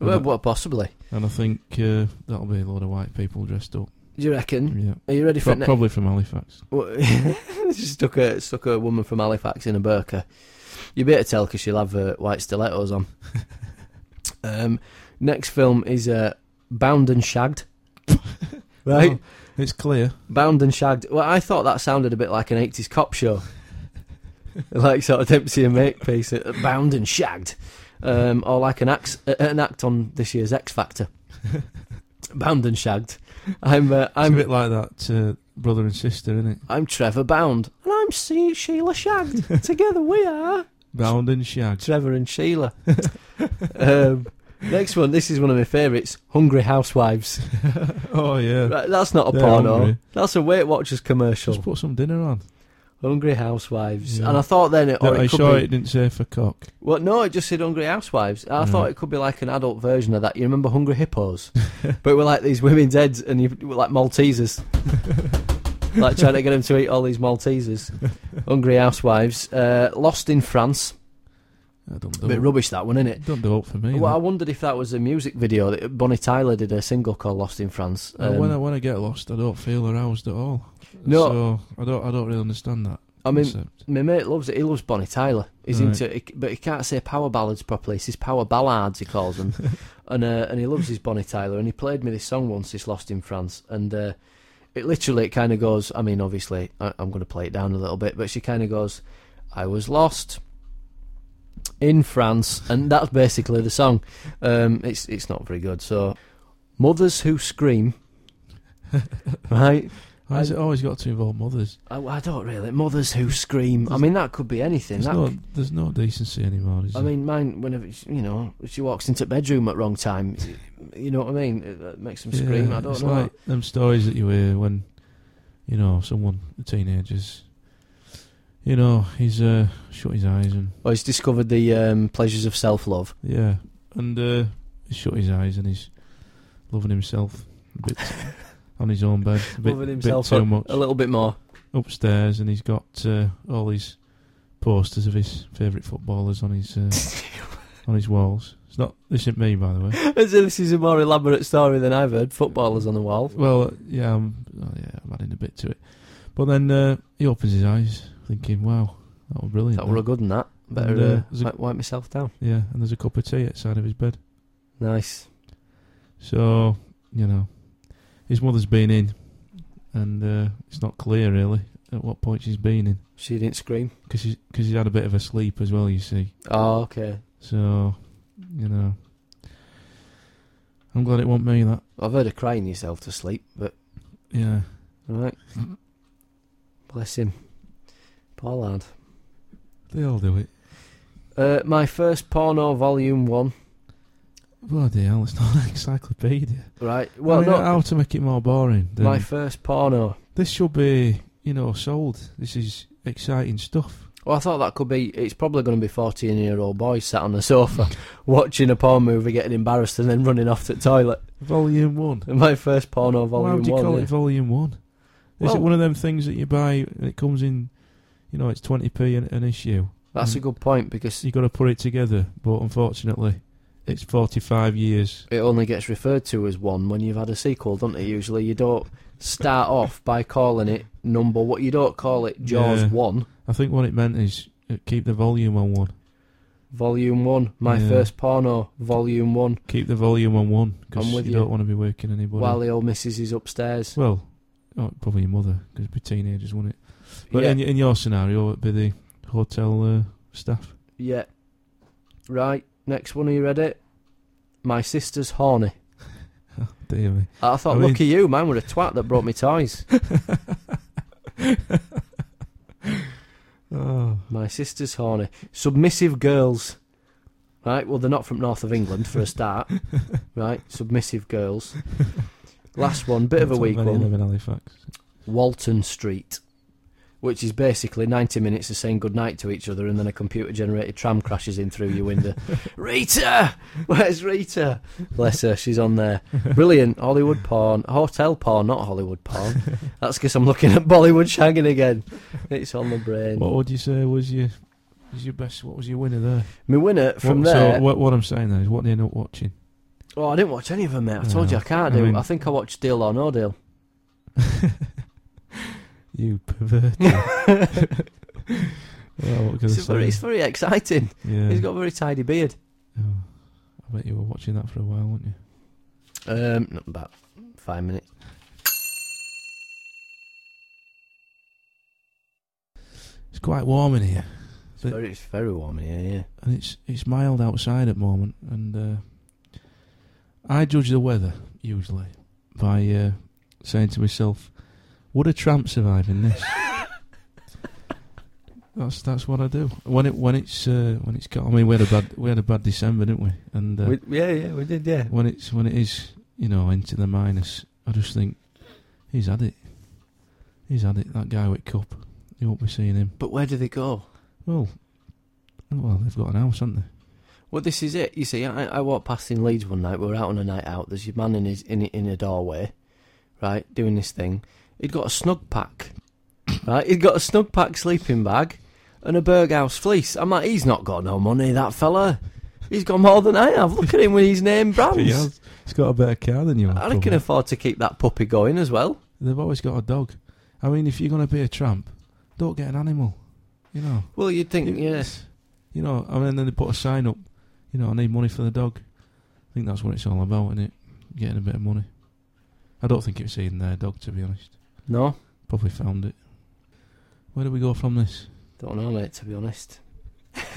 S1: Well, well, possibly.
S2: And I think uh, that'll be a lot of white people dressed up.
S1: Do you reckon?
S2: Yeah,
S1: Are you ready for
S2: Pro-
S1: it Mm. ne-
S2: probably from Halifax.
S1: Well, [LAUGHS] stuck a stuck a woman from Halifax in a burqa. You better tell because she'll have uh, white stilettos on. [LAUGHS] um, next film is uh, Bound and
S2: [LAUGHS]
S1: Shagged. right,
S2: Well, it's clear.
S1: Bound and Shagged. Well, I thought that sounded a bit like an '80s cop show, [LAUGHS] like sort of Dempsey and Makepeace. uh, Bound and Shagged, um, or like an act uh, an act on this year's X Factor. [LAUGHS] Bound and Shagged. I'm uh,
S2: I'm
S1: I'm
S2: a bit like that uh, brother and sister, isn't it?
S1: I'm Trevor Bound. And I'm Se- Sheila
S2: [LAUGHS]
S1: Shagged. Together we are
S2: Bound and shagged.
S1: Trevor and Sheila. [LAUGHS] um, next one. This is one of my favourites Hungry Housewives.
S2: [LAUGHS] oh yeah.
S1: Right, that's not a
S2: They're
S1: porno.
S2: hungry.
S1: That's a Weight Watchers commercial.
S2: Just put some dinner on.
S1: Hungry Housewives.
S2: Yeah.
S1: And I thought then it, or
S2: Are you
S1: it could
S2: sure
S1: be.
S2: it didn't say for cock?
S1: Well, no, it just said Hungry Housewives. I thought
S2: Right.
S1: it could be like an adult version of that. You remember Hungry Hippos? but we're like these women's heads and you were like Maltesers. like trying to get them to eat all these Maltesers. Hungry Housewives. Uh, Lost in France.
S2: I don't
S1: A
S2: do
S1: bit rubbish, that one, isn't it?
S2: Don't do up for me.
S1: Well, I
S2: Well,
S1: wondered if that was a music video. that Bonnie Tyler did a single called "Lost in France." Um,
S2: Uh, when I when I get lost, I don't feel aroused at all.
S1: No.
S2: so I don't. I don't really understand that.
S1: I mean,
S2: concept.
S1: my mate loves it. He loves Bonnie Tyler. He's
S2: Right.
S1: into, he, but he can't say power ballads properly. It's his power ballads he calls
S2: [LAUGHS]
S1: them, and uh, and he loves his Bonnie Tyler. And he played me this song once. It's "Lost in France," and uh, it literally it kind of goes. I mean, obviously, I, I'm going to play it down a little bit, but she kind of goes, "I was lost." In France, and that's basically the song. Um, it's it's not very good. So, mothers who
S2: [LAUGHS]
S1: scream, right?
S2: Why has it always got to involve mothers?
S1: I, I don't really. Mothers who scream. I mean, that could be anything.
S2: There's
S1: That,
S2: no, there's no decency anymore. Is
S1: I mean, mine. Whenever she- you know, if she walks into the bedroom at wrong time, you know what I mean. It, that makes them
S2: there?
S1: scream.
S2: Yeah,
S1: I don't
S2: it's
S1: know.
S2: like them stories that you hear when, you know, someone, the teenagers, you know, he's uh, shut his eyes and
S1: Well, he's discovered the um, pleasures of self-love.
S2: yeah, and uh, he shut his eyes and he's loving himself
S1: [LAUGHS]
S2: a bit on his own bed, a bit,
S1: Loving
S2: bit
S1: himself
S2: too
S1: up
S2: much
S1: A little bit more. [LAUGHS]
S2: upstairs, and he's got uh, all these posters of his favourite footballers on his uh,
S1: [LAUGHS]
S2: on his walls. It's not this isn't me, by the way.
S1: As if this is a more elaborate story than I've heard. Footballers on the wall.
S2: Well, uh, yeah, I'm, oh, yeah, I'm adding a bit to it. But then uh, he opens his eyes, thinking, "Wow, that was brilliant."
S1: That were a
S2: that."
S1: good than that. Better
S2: And, uh,
S1: uh,
S2: there's a-
S1: wipe, wipe myself down.
S2: yeah, and there's a cup of tea outside of his bed.
S1: Nice.
S2: So you know, his mother's been in, and uh, it's not clear really at what point she's been in
S1: She didn't scream.
S2: because he's, cause he's had a bit of a sleep as well. You see,
S1: Oh, okay.
S2: so you know, I'm glad it wasn't me that.
S1: I've heard of crying yourself to sleep, but
S2: Yeah,
S1: right. Bless him. Poor lad.
S2: they all do it.
S1: Uh, my first porno, volume one.
S2: Bloody hell, it's not [LAUGHS] an encyclopedia.
S1: Right. Well,
S2: Well, I mean,
S1: no.
S2: how to make it more boring? Than
S1: my first porno.
S2: this should be, you know, sold. This is exciting stuff.
S1: Well, I thought that could be. It's probably going to be fourteen-year-old boys sat on the sofa [LAUGHS] watching a porn movie, getting embarrassed, and then running off to the toilet. [LAUGHS]
S2: Volume one.
S1: And my first porno,
S2: Why
S1: volume
S2: would you
S1: one.
S2: call
S1: yeah.
S2: it volume one? Is
S1: Well-
S2: it one of them things that you buy and it comes in, you know, it's twenty p an, an issue.
S1: That's a good point because
S2: So you got to put it together, but unfortunately, it's forty five years.
S1: it only gets referred to as one when you've had a sequel, don't it? Usually, you don't start off by calling it number. What you don't call it Jaws
S2: Yeah.
S1: one,
S2: I think what it meant is uh, keep the volume on one,
S1: volume one. My
S2: Yeah.
S1: first porno, volume one.
S2: keep the volume on one because
S1: I'm
S2: you,
S1: with you.
S2: don't want to be waking anybody.
S1: While the old missus is upstairs.
S2: well, oh, probably your mother because it'd be teenagers, wouldn't it? But
S1: Yeah.
S2: in, in your scenario, it'd be the hotel uh, staff. [LAUGHS]
S1: Yeah. Right. Next one. Are you ready? My sister's horny.
S2: Oh, Dear me.
S1: I thought,
S2: I mean-
S1: look at you, man, with a twat that
S2: [LAUGHS]
S1: brought me toys.
S2: Oh,
S1: My sister's horny. Submissive girls. Right? Well, they're not from north of England for a start.
S2: [LAUGHS]
S1: right? Submissive girls. Last one, bit of a
S2: Not
S1: weak
S2: many live
S1: one.
S2: in Halifax.
S1: Walton Street. Which is basically 90 minutes of saying goodnight to each other and then a computer generated tram crashes in through your window. Rita! Where's Rita? Bless her, she's on there. Brilliant. Hollywood porn. Hotel porn, not Hollywood porn. That's because I'm looking at Bollywood shagging again. It's on the brain.
S2: What would you say was your was your best? What was your winner there?
S1: My winner from
S2: what,
S1: there.
S2: So what, what I'm saying there is, what do you end up watching?
S1: Oh, I didn't watch any of them, mate. I
S2: No,
S1: told you I can't
S2: I
S1: do. I,
S2: mean-
S1: think I watched Deal or No
S2: [LAUGHS]
S1: Deal.
S2: you [LAUGHS] pervert. well, what can I
S1: It's very,
S2: say?
S1: it's very exciting.
S2: Yeah.
S1: He's got a very tidy beard.
S2: Oh, I bet you were watching that for a while, weren't you?
S1: Um, not about five minutes.
S2: It's quite warm in here,
S1: It's
S2: But-
S1: very, it's very warm in here. Yeah.
S2: and it's it's mild outside at the moment. And uh, I judge the weather usually by uh, saying to myself, "Would a tramp survive in this?" that's that's what I do when it when it's uh, when it's cold. I mean, we had a bad we had a bad December, didn't we? And uh,
S1: We- yeah, yeah, we did. Yeah.
S2: when it's when it is you know into the minus, I just think he's had it. He's had it. That guy with cup, you won't be seeing him.
S1: But where do they go?
S2: Well, well, they've got an house, haven't they?
S1: Well, this is it. You see, I, I walked past in Leeds one night. We were out on a night out. There's your man in his in in a doorway, right, doing this thing. He'd got a snug pack, [COUGHS] right? He'd got a snug pack sleeping bag and a Berghaus fleece. I'm like, he's not got no money, that fella. He's got more than I have. Look at him with his [LAUGHS] name brands.
S2: He's got a better car than you. have,
S1: I can
S2: probably.
S1: afford to keep that puppy going as well.
S2: They've always got a dog. I mean, if you're gonna be a tramp, don't get an animal. You know.
S1: Well, you'd think,
S2: It-
S1: yes.
S2: You know. I mean, then they put a sign up. You know, I need money for the dog. I think that's what it's all about, isn't it? Getting a bit of money. I don't think it's even their dog, to be honest.
S1: No,
S2: Probably found it. Where do we go from this?
S1: don't know, mate. To be honest. [LAUGHS]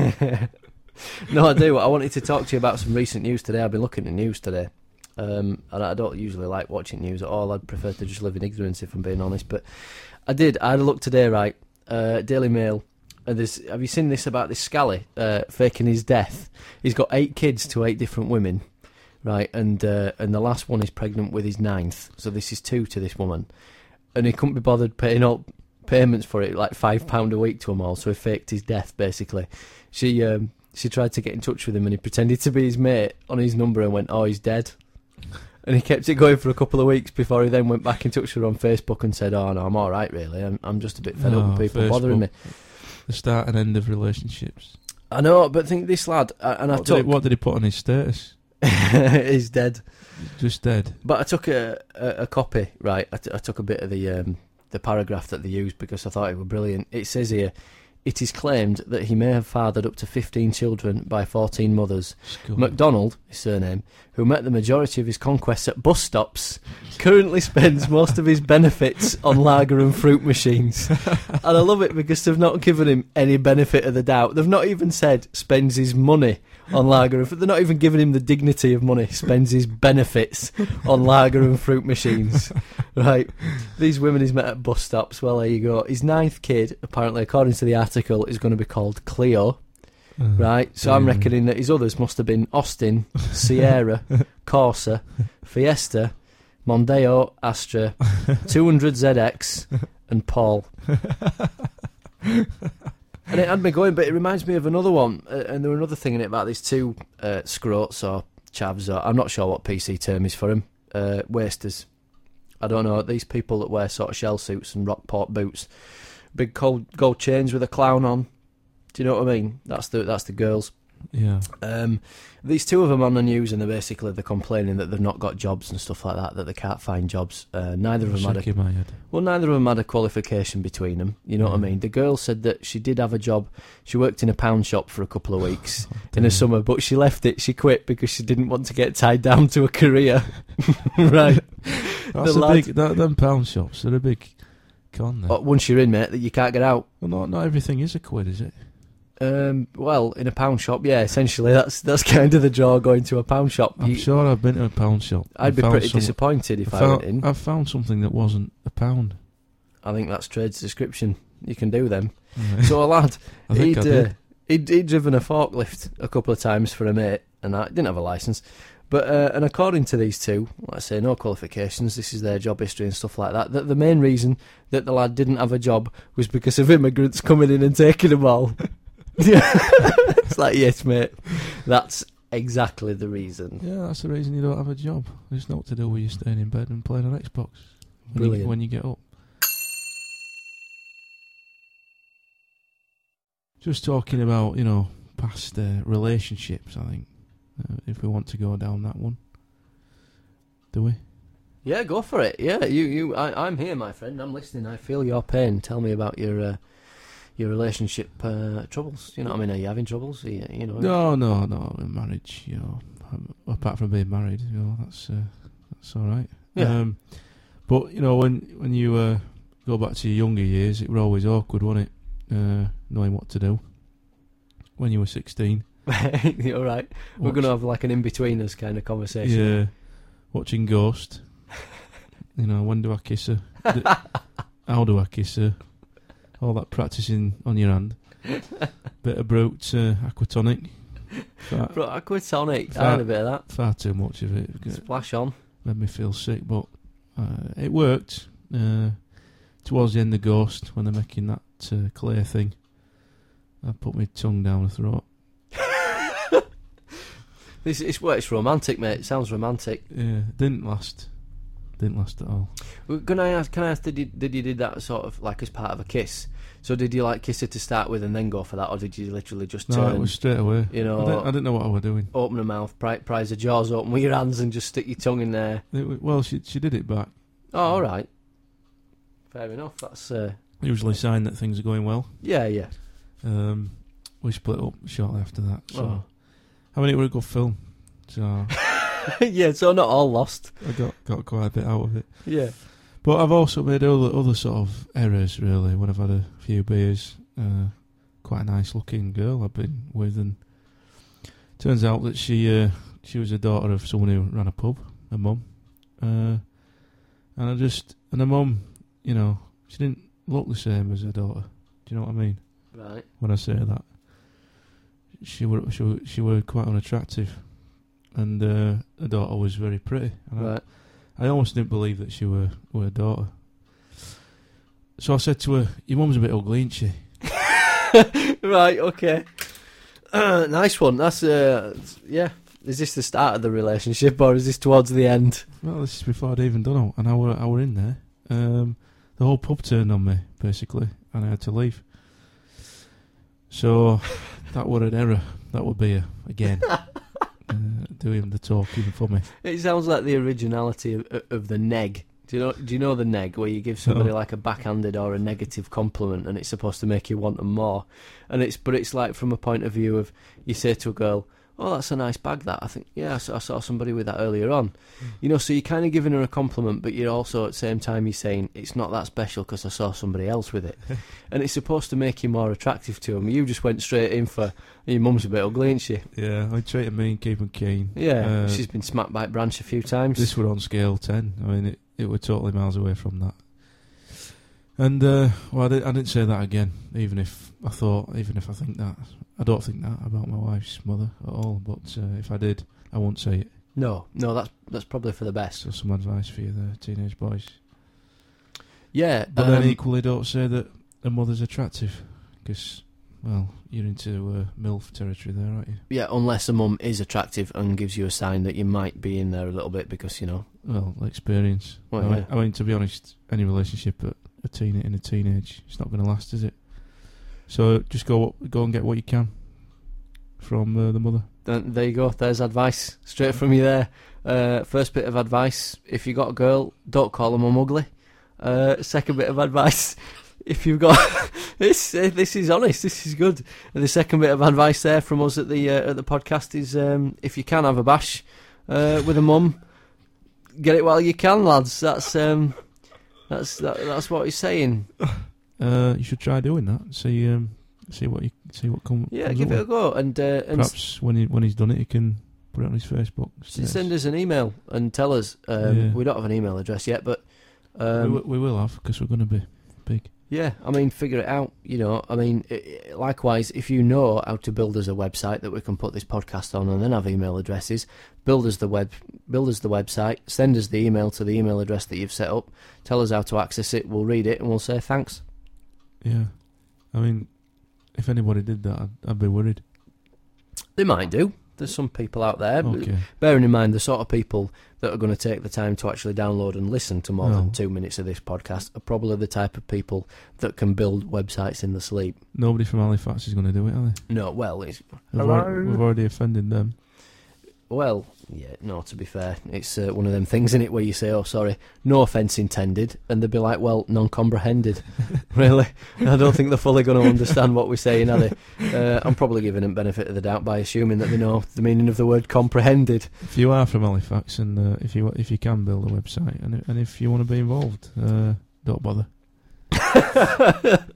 S1: no, I do. I wanted to talk to you about some recent news today. I've been looking at news today, um, and I don't usually like watching news at all. I'd prefer to just live in ignorance, if I'm being honest. But I did. I had a look today, right? Uh, Daily Mail. And there's, have you seen this about this Scally uh, faking his death? He's got eight kids to eight different women, right? And uh, and the last one is pregnant with his ninth. So this is two to this woman, and he couldn't be bothered paying up payments for it, like five pound a week to them all. So he faked his death basically. She um, she tried to get in touch with him, and he pretended to be his mate on his number and went, "Oh, he's dead." And he kept it going for a couple of weeks before he then went back in touch with her on Facebook and said, "Oh no, I'm all right, really. I'm, I'm just a bit fed up
S2: Oh,
S1: with people
S2: Facebook.
S1: bothering me."
S2: The start and end of relationships.
S1: I know, but think this lad, uh, and I
S2: What did, he,
S1: took
S2: what did he put on his status?
S1: [LAUGHS] he's dead.
S2: Just dead.
S1: But I took a, a, a copy, right? I, t- I took a bit of the um, the paragraph that they used because I thought it were brilliant. It says here, it is claimed that he may have fathered up to 15 children by 14 mothers.
S2: Scum.
S1: MacDonald, his surname, who met the majority of his conquests at bus stops, currently spends most of his benefits on lager and fruit machines. And I love it because they've not given him any benefit of the doubt. They've not even said spends his money on lager and fruit. They're not even giving him the dignity of money. Spends his benefits on lager and fruit machines. Right. These women he's met at bus stops. Well, there you go. His ninth kid, apparently, according to the article, is going to be called Cleo.
S2: Uh,
S1: Right, so I'm
S2: Yeah.
S1: reckoning that his others must have been Austin, Sierra, Corsa, Fiesta, Mondeo, Astra, 200ZX, and Paul. and it had me going, but it reminds me of another one, uh, and there were another thing in it about these two uh, scroats or chavs, or I'm not sure what PC term is for them, uh, wasters. I don't know, these people that wear sort of shell suits and Rockport boots, big cold gold chains with a clown on. Do you know what I mean? That's the that's the girls.
S2: Yeah.
S1: Um, these two of them on the news, and they're basically they're complaining that they've not got jobs and stuff like that, that they can't find jobs. Uh, neither of them had a
S2: Shaking my head.
S1: well, neither of them had a qualification between them. You know what I
S2: Yeah.
S1: mean? The girl said that she did have a job. She worked in a pound shop for a couple of
S2: [LAUGHS]
S1: weeks in
S2: dear.
S1: the summer, but she left it. She quit because she didn't want to get tied down to a career. [LAUGHS]
S2: [LAUGHS]
S1: right. The
S2: That's a
S1: lad- Oh.
S2: big. That, them pound shops are a big con. There.
S1: But once you're in, mate, that you can't get out.
S2: Well, not not everything is a quid, is it?
S1: Um, well, in a pound shop, yeah, essentially that's that's [LAUGHS] kind of the draw going to a pound shop.
S2: I'm
S1: You-
S2: sure I've been to a pound shop.
S1: I'd
S2: and
S1: be
S2: found
S1: pretty
S2: some-
S1: disappointed if
S2: I
S1: I,
S2: found,
S1: went in.
S2: I've found something that wasn't a pound.
S1: I think that's trade's description. you can do them.
S2: Right.
S1: So a lad,
S2: [LAUGHS] I think
S1: he'd,
S2: I did.
S1: Uh, he'd, he'd driven a forklift a couple of times for a mate, and I didn't have a license. But uh, and according to these two, like I say, no qualifications. This is their job history and stuff like that. That the main reason that the lad didn't have a job was because of immigrants coming in and taking them
S2: [LAUGHS]
S1: all. [LAUGHS] Yeah. it's like yes, mate. That's exactly the reason.
S2: yeah, that's the reason you don't have a job. There's not to do with you staying in bed and playing on Xbox. When
S1: Brilliant.
S2: You, when you get up. Just talking about, you know, past uh, relationships, I think, uh, if we want to go down that one. Do we?
S1: Yeah, go for it. Yeah, you, you. I, I'm here, my friend. I'm listening. I feel your pain. Tell me about your. Uh, your relationship uh, troubles, you know. what I mean, are you having troubles? Are you, you know, [LAUGHS]
S2: No, no, no. in Marriage, you know. um, Apart from being married, you know, that's uh, that's all right.
S1: Yeah.
S2: Um, but you know, when when you uh, go back to your younger years, it were always awkward, wasn't it? Uh, knowing what to do when you were sixteen.
S1: You're right. We're
S2: watch-
S1: going to have like an in between us kind of conversation.
S2: yeah,
S1: [LAUGHS]
S2: watching Ghost. you know, when do I kiss her? D- How do I kiss her? All that practicing on
S1: [LAUGHS]
S2: your hand. Bit of brute uh, aquatonic. Far,
S1: Bro, aquatonic.
S2: Fat.
S1: I had a bit of that.
S2: far too much of it.
S1: Splash on.
S2: made me feel sick, but uh, it worked. Uh, towards the end of Ghost, when they're making that uh, clay thing, I put my tongue down her throat.
S1: This it's well, it's romantic, mate. It sounds romantic.
S2: Yeah, didn't last. Didn't last at all.
S1: Well, Can I ask? Can I ask? Did you did you do that sort of like as part of a kiss? So did you like kiss her to start with and then go for that, or did you literally just
S2: No,
S1: turn,
S2: it was straight away.
S1: you know-
S2: I didn't, I didn't know what I was doing.
S1: open her mouth, pry, prise her jaws open with your hands, and just stick your tongue in there?
S2: It wa- well, she she did it back.
S1: Oh, all right. Fair enough. That's uh,
S2: Usually, a sign that things are going well.
S1: yeah, yeah. [LAUGHS]
S2: Um, we split up shortly after that. So,
S1: Oh.
S2: I mean, it was a good film. So I
S1: yeah. So not all lost.
S2: got got quite a bit out of it.
S1: Yeah.
S2: But I've also made other other sort of errors really when I've had a few beers. Uh, quite a nice looking girl I've been with, and turns out that she uh, she was the daughter of someone who ran a pub, a mum, uh, and I just and her mum, you know, she didn't look the same as her daughter. Do you know what I mean
S1: Right.
S2: when I say that? She were she were, she were quite unattractive, and uh, her daughter was very pretty. And I,
S1: Right. [LAUGHS]
S2: I almost didn't believe that she were, were a daughter. So I said to her, Your mum's a bit ugly, ain't she?
S1: right, okay. [CLEARS THROAT] Uh, nice one. That's uh, yeah. Is this the start of the relationship or is this towards the end?
S2: Well, this is before I'd even done it, and I were, I were in there. Um, the whole pub turned on me, basically, and I had to leave.
S1: [LAUGHS]
S2: So that were an error. That would be a, again, uh, doing the talking for me.
S1: It sounds like the originality of, of the neg. Do you know? Do you know the neg where you give somebody
S2: No.
S1: like a backhanded or a negative compliment and it's supposed to make you want them more? And it's but it's like from a point of view of you say to a girl. Oh, that's a nice bag. That I think. Yeah, I saw, I saw somebody with that earlier on.
S2: Hmm.
S1: You know, so you're kind of giving her a compliment, but you're also at the same time you're saying it's not that special because I saw somebody else with
S2: [LAUGHS]
S1: it. and it's supposed to make you more attractive to him. You just went straight in for your mum's a bit ugly, ain't she?
S2: Yeah, I treated me and Keegan Keen.
S1: Yeah,
S2: Uh,
S1: she's been smacked by a branch a few [LAUGHS] times.
S2: This were on scale 10. I mean, it, it were totally miles away from that. And, uh, well, I, did, I didn't say that again, even if I thought, even if I think that. I don't think that about my wife's mother at all, but uh, if I did, I won't say it.
S1: no, no, that's that's probably for the best.
S2: So, some advice for you there, teenage boys.
S1: Yeah,
S2: But
S1: um,
S2: then equally, don't say that a mother's attractive, because, well, you're into uh, MILF territory there, aren't you?
S1: yeah, unless a mum is attractive and gives you a sign that you might be in there a little bit because you know.
S2: Well, experience.
S1: Well,
S2: I, mean,
S1: yeah.
S2: I mean, to be honest, any relationship at a teen in a teenage, it's not going to last, is it? So just go go and get what you can from uh, the mother.
S1: Then there you go. There's advice straight from you there. Uh, first bit of advice: if you got a girl, don't call her mum ugly. Uh, second bit of advice: [LAUGHS] if you've got [LAUGHS] this, eh, this is honest. This is good. And the second bit of advice there from us at the uh, at the podcast is: um, if you can have a bash uh, with a mum, get it while you can, lads. That's um, that's that, that's what he's saying.
S2: Uh, you should try doing that. See um, see what you see what come,
S1: Yeah,
S2: comes.
S1: give
S2: up
S1: it a
S2: with.
S1: go and uh, and s-
S2: Perhaps when he when he's done it, he can put it on his Facebook.
S1: s-
S2: status.
S1: send us an email and tell us. Um,
S2: Yeah.
S1: We don't have an email address yet, but.
S2: we,
S1: Um,
S2: wi- we will have because we're going to be big.
S1: Yeah, I mean, figure it out. You know, I mean, i i- likewise, if you know how to build us a website that we can put this podcast on, and then have email addresses, build us the web, build us the website, send us the email to the email address that you've set up, tell us how to access it, we'll read it, and we'll say thanks.
S2: Yeah. I mean, if anybody did that, I'd, I'd be worried.
S1: They might do. There's some people out there, but
S2: Okay.
S1: bearing in mind the sort of people that are going to take the time to actually download and listen to more than
S2: No.
S1: two minutes of this podcast are probably the type of people that can build websites in the sleep.
S2: Nobody from Halifax is going to do it, are they?
S1: No, well, it's
S2: We've,
S1: Hello?
S2: already, we've already offended them.
S1: Well, yeah, no, to be fair, it's uh, one of them things, in it, where you say, oh, sorry, no offence intended, and they'll be like, well, non comprehended. really? I don't think they're fully going to understand what we're saying, are they? Uh, I'm probably giving them benefit of the doubt by assuming that they know the meaning of the word comprehended.
S2: If you are from Halifax and uh, if you if you can build a website and, and if you want to be involved, uh, don't bother.
S1: [LAUGHS]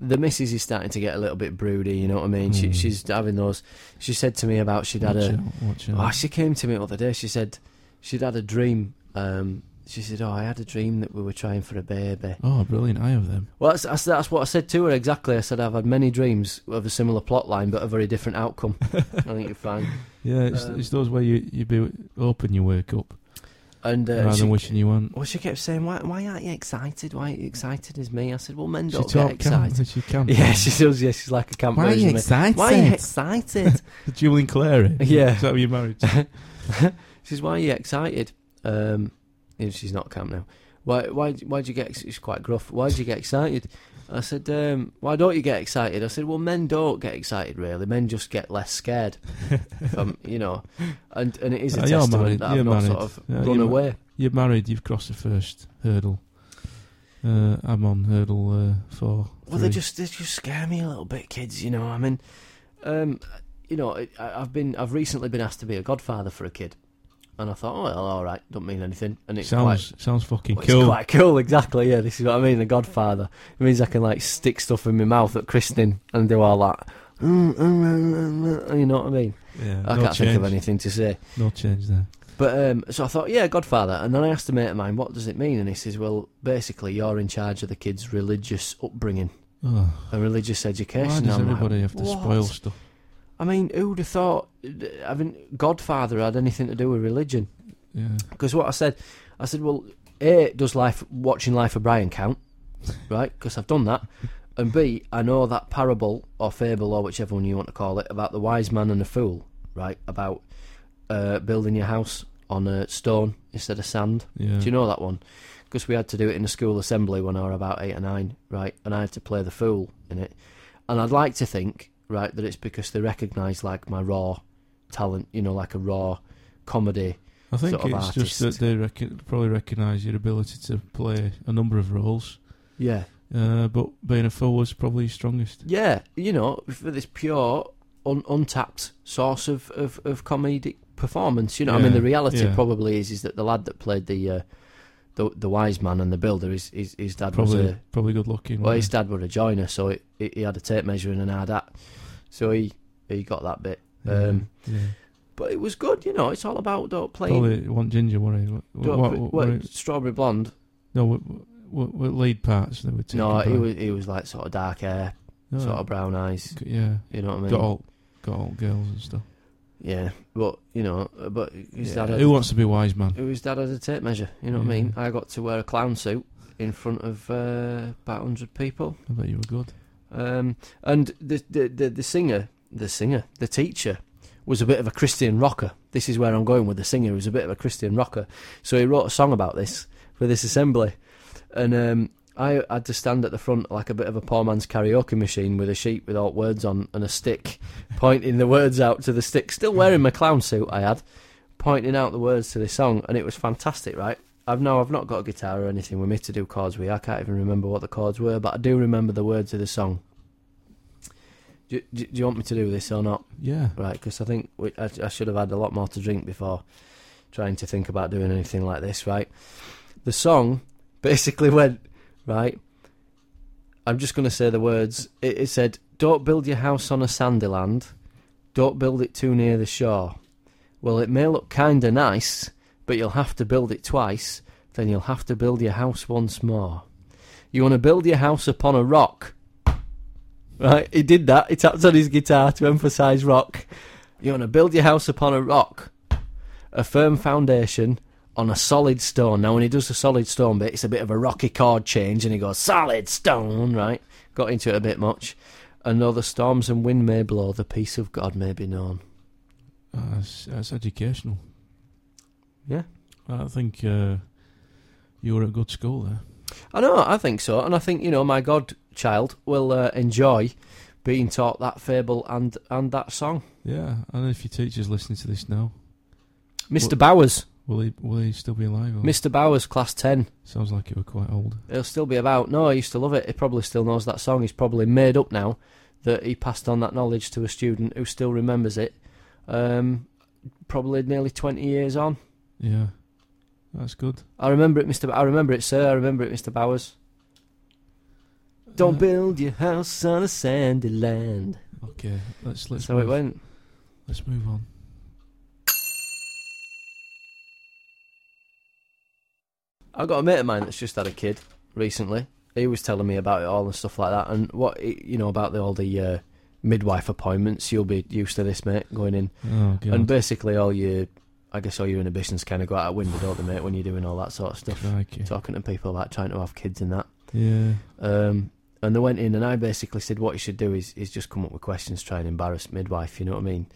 S1: The missus is starting to get a little bit broody, you know what I mean? She,
S2: Mm.
S1: she's having those. She said to me about she'd had
S2: watch
S1: a.
S2: out, watch out.
S1: Oh, she came to me the other day. She said she'd had a dream. Um, she said, "Oh, I had a dream that we were trying for a baby."
S2: Oh, brilliant! I have them.
S1: Well, that's, that's, that's what I said to her exactly. I said I've had many dreams of a similar plot line, but a very different
S2: [LAUGHS]
S1: outcome. I think you're fine.
S2: Yeah, it's,
S1: Um,
S2: it's those where you you be open, you wake up
S1: And uh,
S2: rather
S1: she,
S2: than wishing you weren't.
S1: well, she kept saying, "Why, why aren't you excited? Why aren't you excited as me?" I said, "Well, men
S2: She
S1: don't get
S2: talk camp.
S1: excited."
S2: She
S1: [LAUGHS]
S2: camp.
S1: Yeah, she does. Yeah, she's like a camp
S2: Why are
S1: version
S2: you
S1: of me.
S2: excited?
S1: Why are you excited? [LAUGHS]
S2: Julian Clary.
S1: Yeah.
S2: Is that who you're married to?
S1: She says, "Why are you excited?" Um, and she's not camp now. Why? Why? Why'd you get? ex- She's quite gruff. Why'd you get excited? I said, um, "Why don't you get excited?" I said, "Well, men don't get excited really. Men just get less scared, [LAUGHS] um, you know." And and it is a
S2: Oh, you're
S1: testament
S2: married,
S1: that I've
S2: you're
S1: not sort
S2: married.
S1: of
S2: Yeah,
S1: run
S2: you're ma-
S1: away.
S2: You're married. You've crossed the first hurdle. Uh, I'm on hurdle uh, four.
S1: Well, they
S2: three.
S1: just they just scare me a little bit, kids. You know, I mean, um, you know, I, I've been I've recently been asked to be a godfather for a kid, and I thought, oh well, all right, don't mean anything, and it's quite
S2: sounds sounds fucking
S1: Well,
S2: cool.
S1: It's quite cool, exactly. Yeah, this is what I mean. The Godfather. It means I can like stick stuff in my mouth at christening and do all that. [LAUGHS] Mm, mm, mm, mm, You know what I mean?
S2: yeah,
S1: I
S2: no
S1: can't
S2: change.
S1: think of anything to say.
S2: No change there.
S1: But um, so I thought, yeah, Godfather. And then I asked a mate of mine, what does it mean? And he says, well, basically, you're in charge of the kid's religious upbringing,
S2: Oh,
S1: a religious education.
S2: why does
S1: I'm like,
S2: everybody have to
S1: "What?"
S2: spoil stuff?
S1: I mean, who'd have thought uh, having Godfather had anything to do with religion?
S2: Yeah.
S1: Because what I said, I said, well, A, does life watching Life of Brian count? Right? Because I've done that. And B, I know that parable or fable or whichever one you want to call it about the wise man and the fool, right? About uh, building your house on a stone instead of sand.
S2: Yeah.
S1: Do you know that one? Because we had to do it in the school assembly when I were about eight or nine, right? And I had to play the fool in it. And I'd like to think, right, that it's because they recognise like my raw talent, you know, like a raw comedy
S2: I think
S1: sort of
S2: it's just that
S1: artist.
S2: they reckon, probably recognise your ability to play a number of roles,
S1: Yeah.
S2: uh, but being a fool was probably your strongest.
S1: Yeah, you know, for this pure, un- untapped source of, of, of comedic performance. You know, I mean,
S2: Yeah,
S1: the reality
S2: yeah.
S1: probably is is that the lad that played the uh, the, the wise man and the builder, his, his, his dad was
S2: Probably,
S1: a...
S2: probably good looking.
S1: Well, his
S2: wasn't
S1: dad was a joiner, so it, it, he had a tape measure and an hard hat. So he, he got that bit.
S2: he?
S1: um,
S2: yeah.
S1: But it was good, you know, it's all about don't play...
S2: probably one ginger, were he? What,
S1: don't-
S2: what, what, were he-
S1: Strawberry Blonde.
S2: no, what, what, what lead parts they were taking?
S1: No, he
S2: part?
S1: was, he was like sort of dark hair,
S2: Oh,
S1: sort of brown eyes.
S2: Yeah,
S1: You know what I mean?
S2: got all, got all girls and stuff.
S1: Yeah, but you know, uh, but his
S2: Yeah,
S1: dad. Had,
S2: Who wants Mm. to be wise man?
S1: It was dad had a tape measure. You know what I
S2: Yeah.
S1: mean? I got to wear a clown suit in front of uh, about hundred people.
S2: I bet you were good.
S1: Um, and the, the the the singer, the singer, the teacher, was a bit of a Christian rocker. This is where I'm going with the singer. He was a bit of a Christian rocker. So he wrote a song about this for this assembly, and um, I had to stand at the front like a bit of a poor man's karaoke machine with a sheet without words on and a stick, [LAUGHS] pointing the words out to the stick. Still wearing my clown suit, I had pointing out the words to this song, and it was fantastic, right? I've no, I've not got a guitar or anything with me to do chords with. I can't even remember what the chords were, but I do remember the words of the song. Do, do, do you want me to do this or not?
S2: Yeah,
S1: Right, because I think we, I, I should have had a lot more to drink before trying to think about doing anything like this, right? The song basically [LAUGHS] went, right? I'm just going to say the words. It, it said, Don't build your house on a sandy land. Don't build it too near the shore. Well, it may look kinda nice, but you'll have to build it twice then you'll have to build your house once more. You want to build your house upon a rock. Right? He did that. He tapped on his guitar to emphasise rock. You want to build your house upon a rock. A firm foundation on a solid stone. Now, when he does the solid stone bit, it's a bit of a rocky chord change, and he goes, solid stone, right? Got into it a bit much. And though the storms and wind may blow, the peace of God may be known.
S2: Uh, that's, that's educational.
S1: Yeah.
S2: I think uh, you were at good school there.
S1: I know, I think so, and I think you know my godchild will uh, enjoy being taught that fable and and that song.
S2: Yeah, and if your teacher's listening to this now,
S1: Mr.
S2: What-
S1: Bowers,
S2: will he will he still be alive? Or?
S1: Mr. Bowers, class ten.
S2: Sounds like you were quite old.
S1: He'll still be about. No, he used to love it. He probably still knows that song. He's probably made up now that he passed on that knowledge to a student who still remembers it. Um, probably nearly twenty years on.
S2: Yeah, that's good.
S1: I remember it, Mr. Ba- I remember it, sir. I remember it, Mr. Bowers. Don't
S2: Uh,
S1: build your house on a sandy land.
S2: Okay, let's
S1: That's
S2: let's
S1: how it
S2: move-
S1: went.
S2: Let's move on.
S1: I got a mate of mine that's just had a kid recently. He was telling me about it all and stuff like that, and what you know about the, all the uh, midwife appointments. You'll be used to this, mate, going in,
S2: Oh god,
S1: and basically all your, I guess all your inhibitions kind of go out the window, don't they, mate? When you're doing all that sort of stuff,
S2: Crikey.
S1: talking to people about trying to have kids and that.
S2: Yeah, [LAUGHS]
S1: Um, and they went in, and I basically said what you should do is, is just come up with questions, try and embarrass midwife. You know what I mean?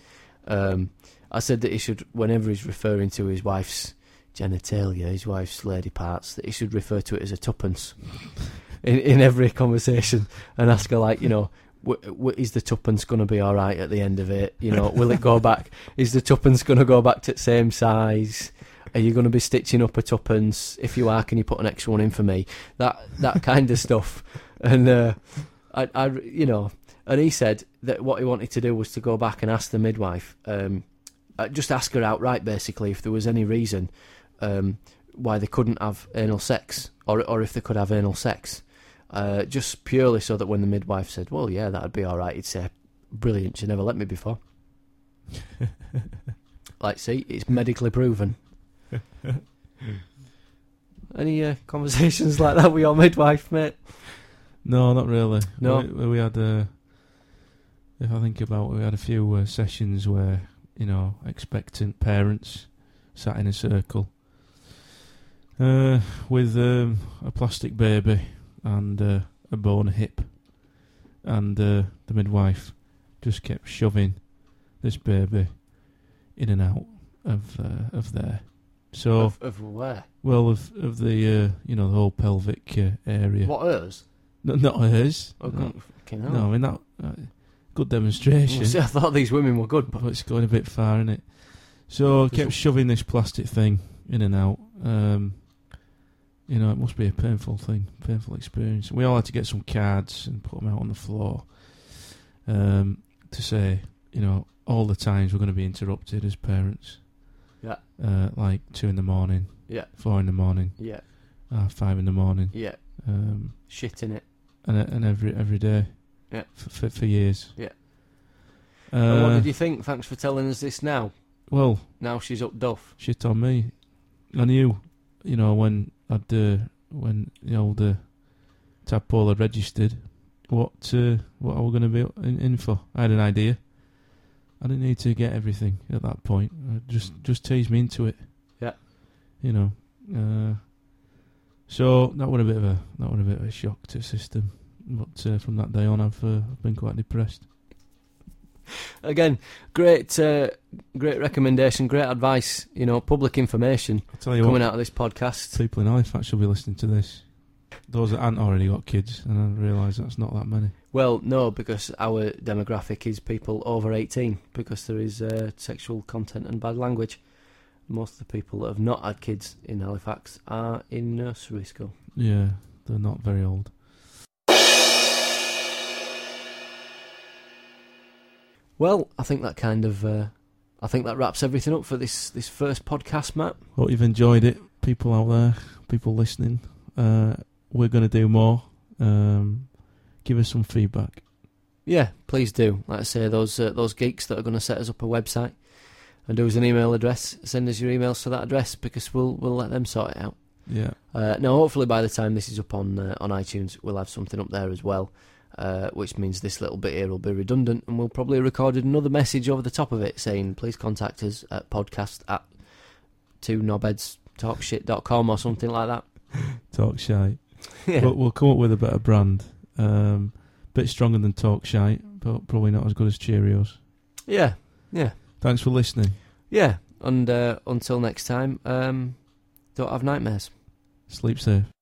S1: Um, I said that he should, whenever he's referring to his wife's genitalia, his wife's lady parts, that he should refer to it as a tuppence [LAUGHS] in, in every conversation, and ask her like, you know. W- w- is the tuppence going to be all right at the end of it? You know, will it go back? [LAUGHS] Is the tuppence going to go back to the same size? Are you going to be stitching up a tuppence? If you are, can you put an extra one in for me? That that kind of stuff. [LAUGHS] And uh, I, I, you know, and he said that what he wanted to do was to go back and ask the midwife, um, uh, just ask her outright, basically, if there was any reason um, why they couldn't have anal sex, or or if they could have anal sex, uh, just purely so that when the midwife said, "Well, yeah, that'd be all right," he'd say, "Brilliant, she never let me before." like, see, it's medically proven. Any uh, conversations like that with your midwife, mate?
S2: no, not really.
S1: No.
S2: we, we- we had. Uh, if I think about, it, we had a few uh, sessions where you know expectant parents sat in a circle uh, with um, a plastic baby and uh, a bone hip, and uh, the midwife just kept shoving this baby in and out of uh, of there. So
S1: Of, of where?
S2: Well, of of the uh, you know the whole pelvic uh, area.
S1: What hers?
S2: No, not hers.
S1: Oh,
S2: no,
S1: God, fucking hell.
S2: no, I mean that. Uh, good demonstration,
S1: See, I thought these women were good, but
S2: but it's going a bit far, is it? So I kept shoving this plastic thing in and out. Um, you know, it must be a painful thing, painful experience. We all had to get some cards and put them out on the floor um, to say, you know, all the times we're going to be interrupted as parents.
S1: Yeah.
S2: Uh, like two in the morning.
S1: Yeah.
S2: Four in the morning.
S1: yeah,
S2: half five in the morning,
S1: yeah,
S2: um,
S1: shit in it.
S2: and and every every day,
S1: Yeah.
S2: for for, for years,
S1: Yeah.
S2: Uh,
S1: and what did you think? Thanks for telling us this now.
S2: well,
S1: Now she's up duff.
S2: shit on me. I knew, you know, when I'd uh, when the old uh, tadpole had registered, what uh, what I was going to be in, in for. I had an idea. I didn't need to get everything at that point. Uh, just just tease me into it.
S1: Mm. Yeah.
S2: You know. Uh, so that was a bit of a that was a bit of a shock to the system. But uh, from that day on, I've uh, I've been quite depressed.
S1: Again, great, uh, great recommendation, great advice. You know, public information
S2: I'll tell you what.
S1: coming out of this podcast.
S2: people in Halifax will be listening to this. Those that haven't already got kids, and I realise that's not that many.
S1: Well, no, because our demographic is people over eighteen, because there is uh, sexual content and bad language. Most of the people that have not had kids in Halifax are in nursery school.
S2: Yeah, they're not very old.
S1: Well, I think that kind of, uh, I think that wraps everything up for this this first podcast, Matt.
S2: Hope you've enjoyed it, people out there, people listening. Uh, we're going to do more. Um, give us some feedback.
S1: Yeah, please do. Like I say, those uh, those geeks that are going to set us up a website and do us an email address, send us your emails to that address because we'll we'll let them sort it out.
S2: Yeah.
S1: Uh, now, hopefully, by the time this is up on uh, on iTunes, we'll have something up there as well, uh, which means this little bit here will be redundant, and we'll probably record another message over the top of it saying, "Please contact us at podcast at two knobheadstalkshit.com or something like that."
S2: Talk shite.
S1: yeah.
S2: But we'll come up with a better brand. Um, bit stronger than Talk Shite, but probably not as good as Cheerios.
S1: yeah, yeah,
S2: Thanks for listening.
S1: yeah. And uh, until next time, um, don't have nightmares.
S2: Sleep safe.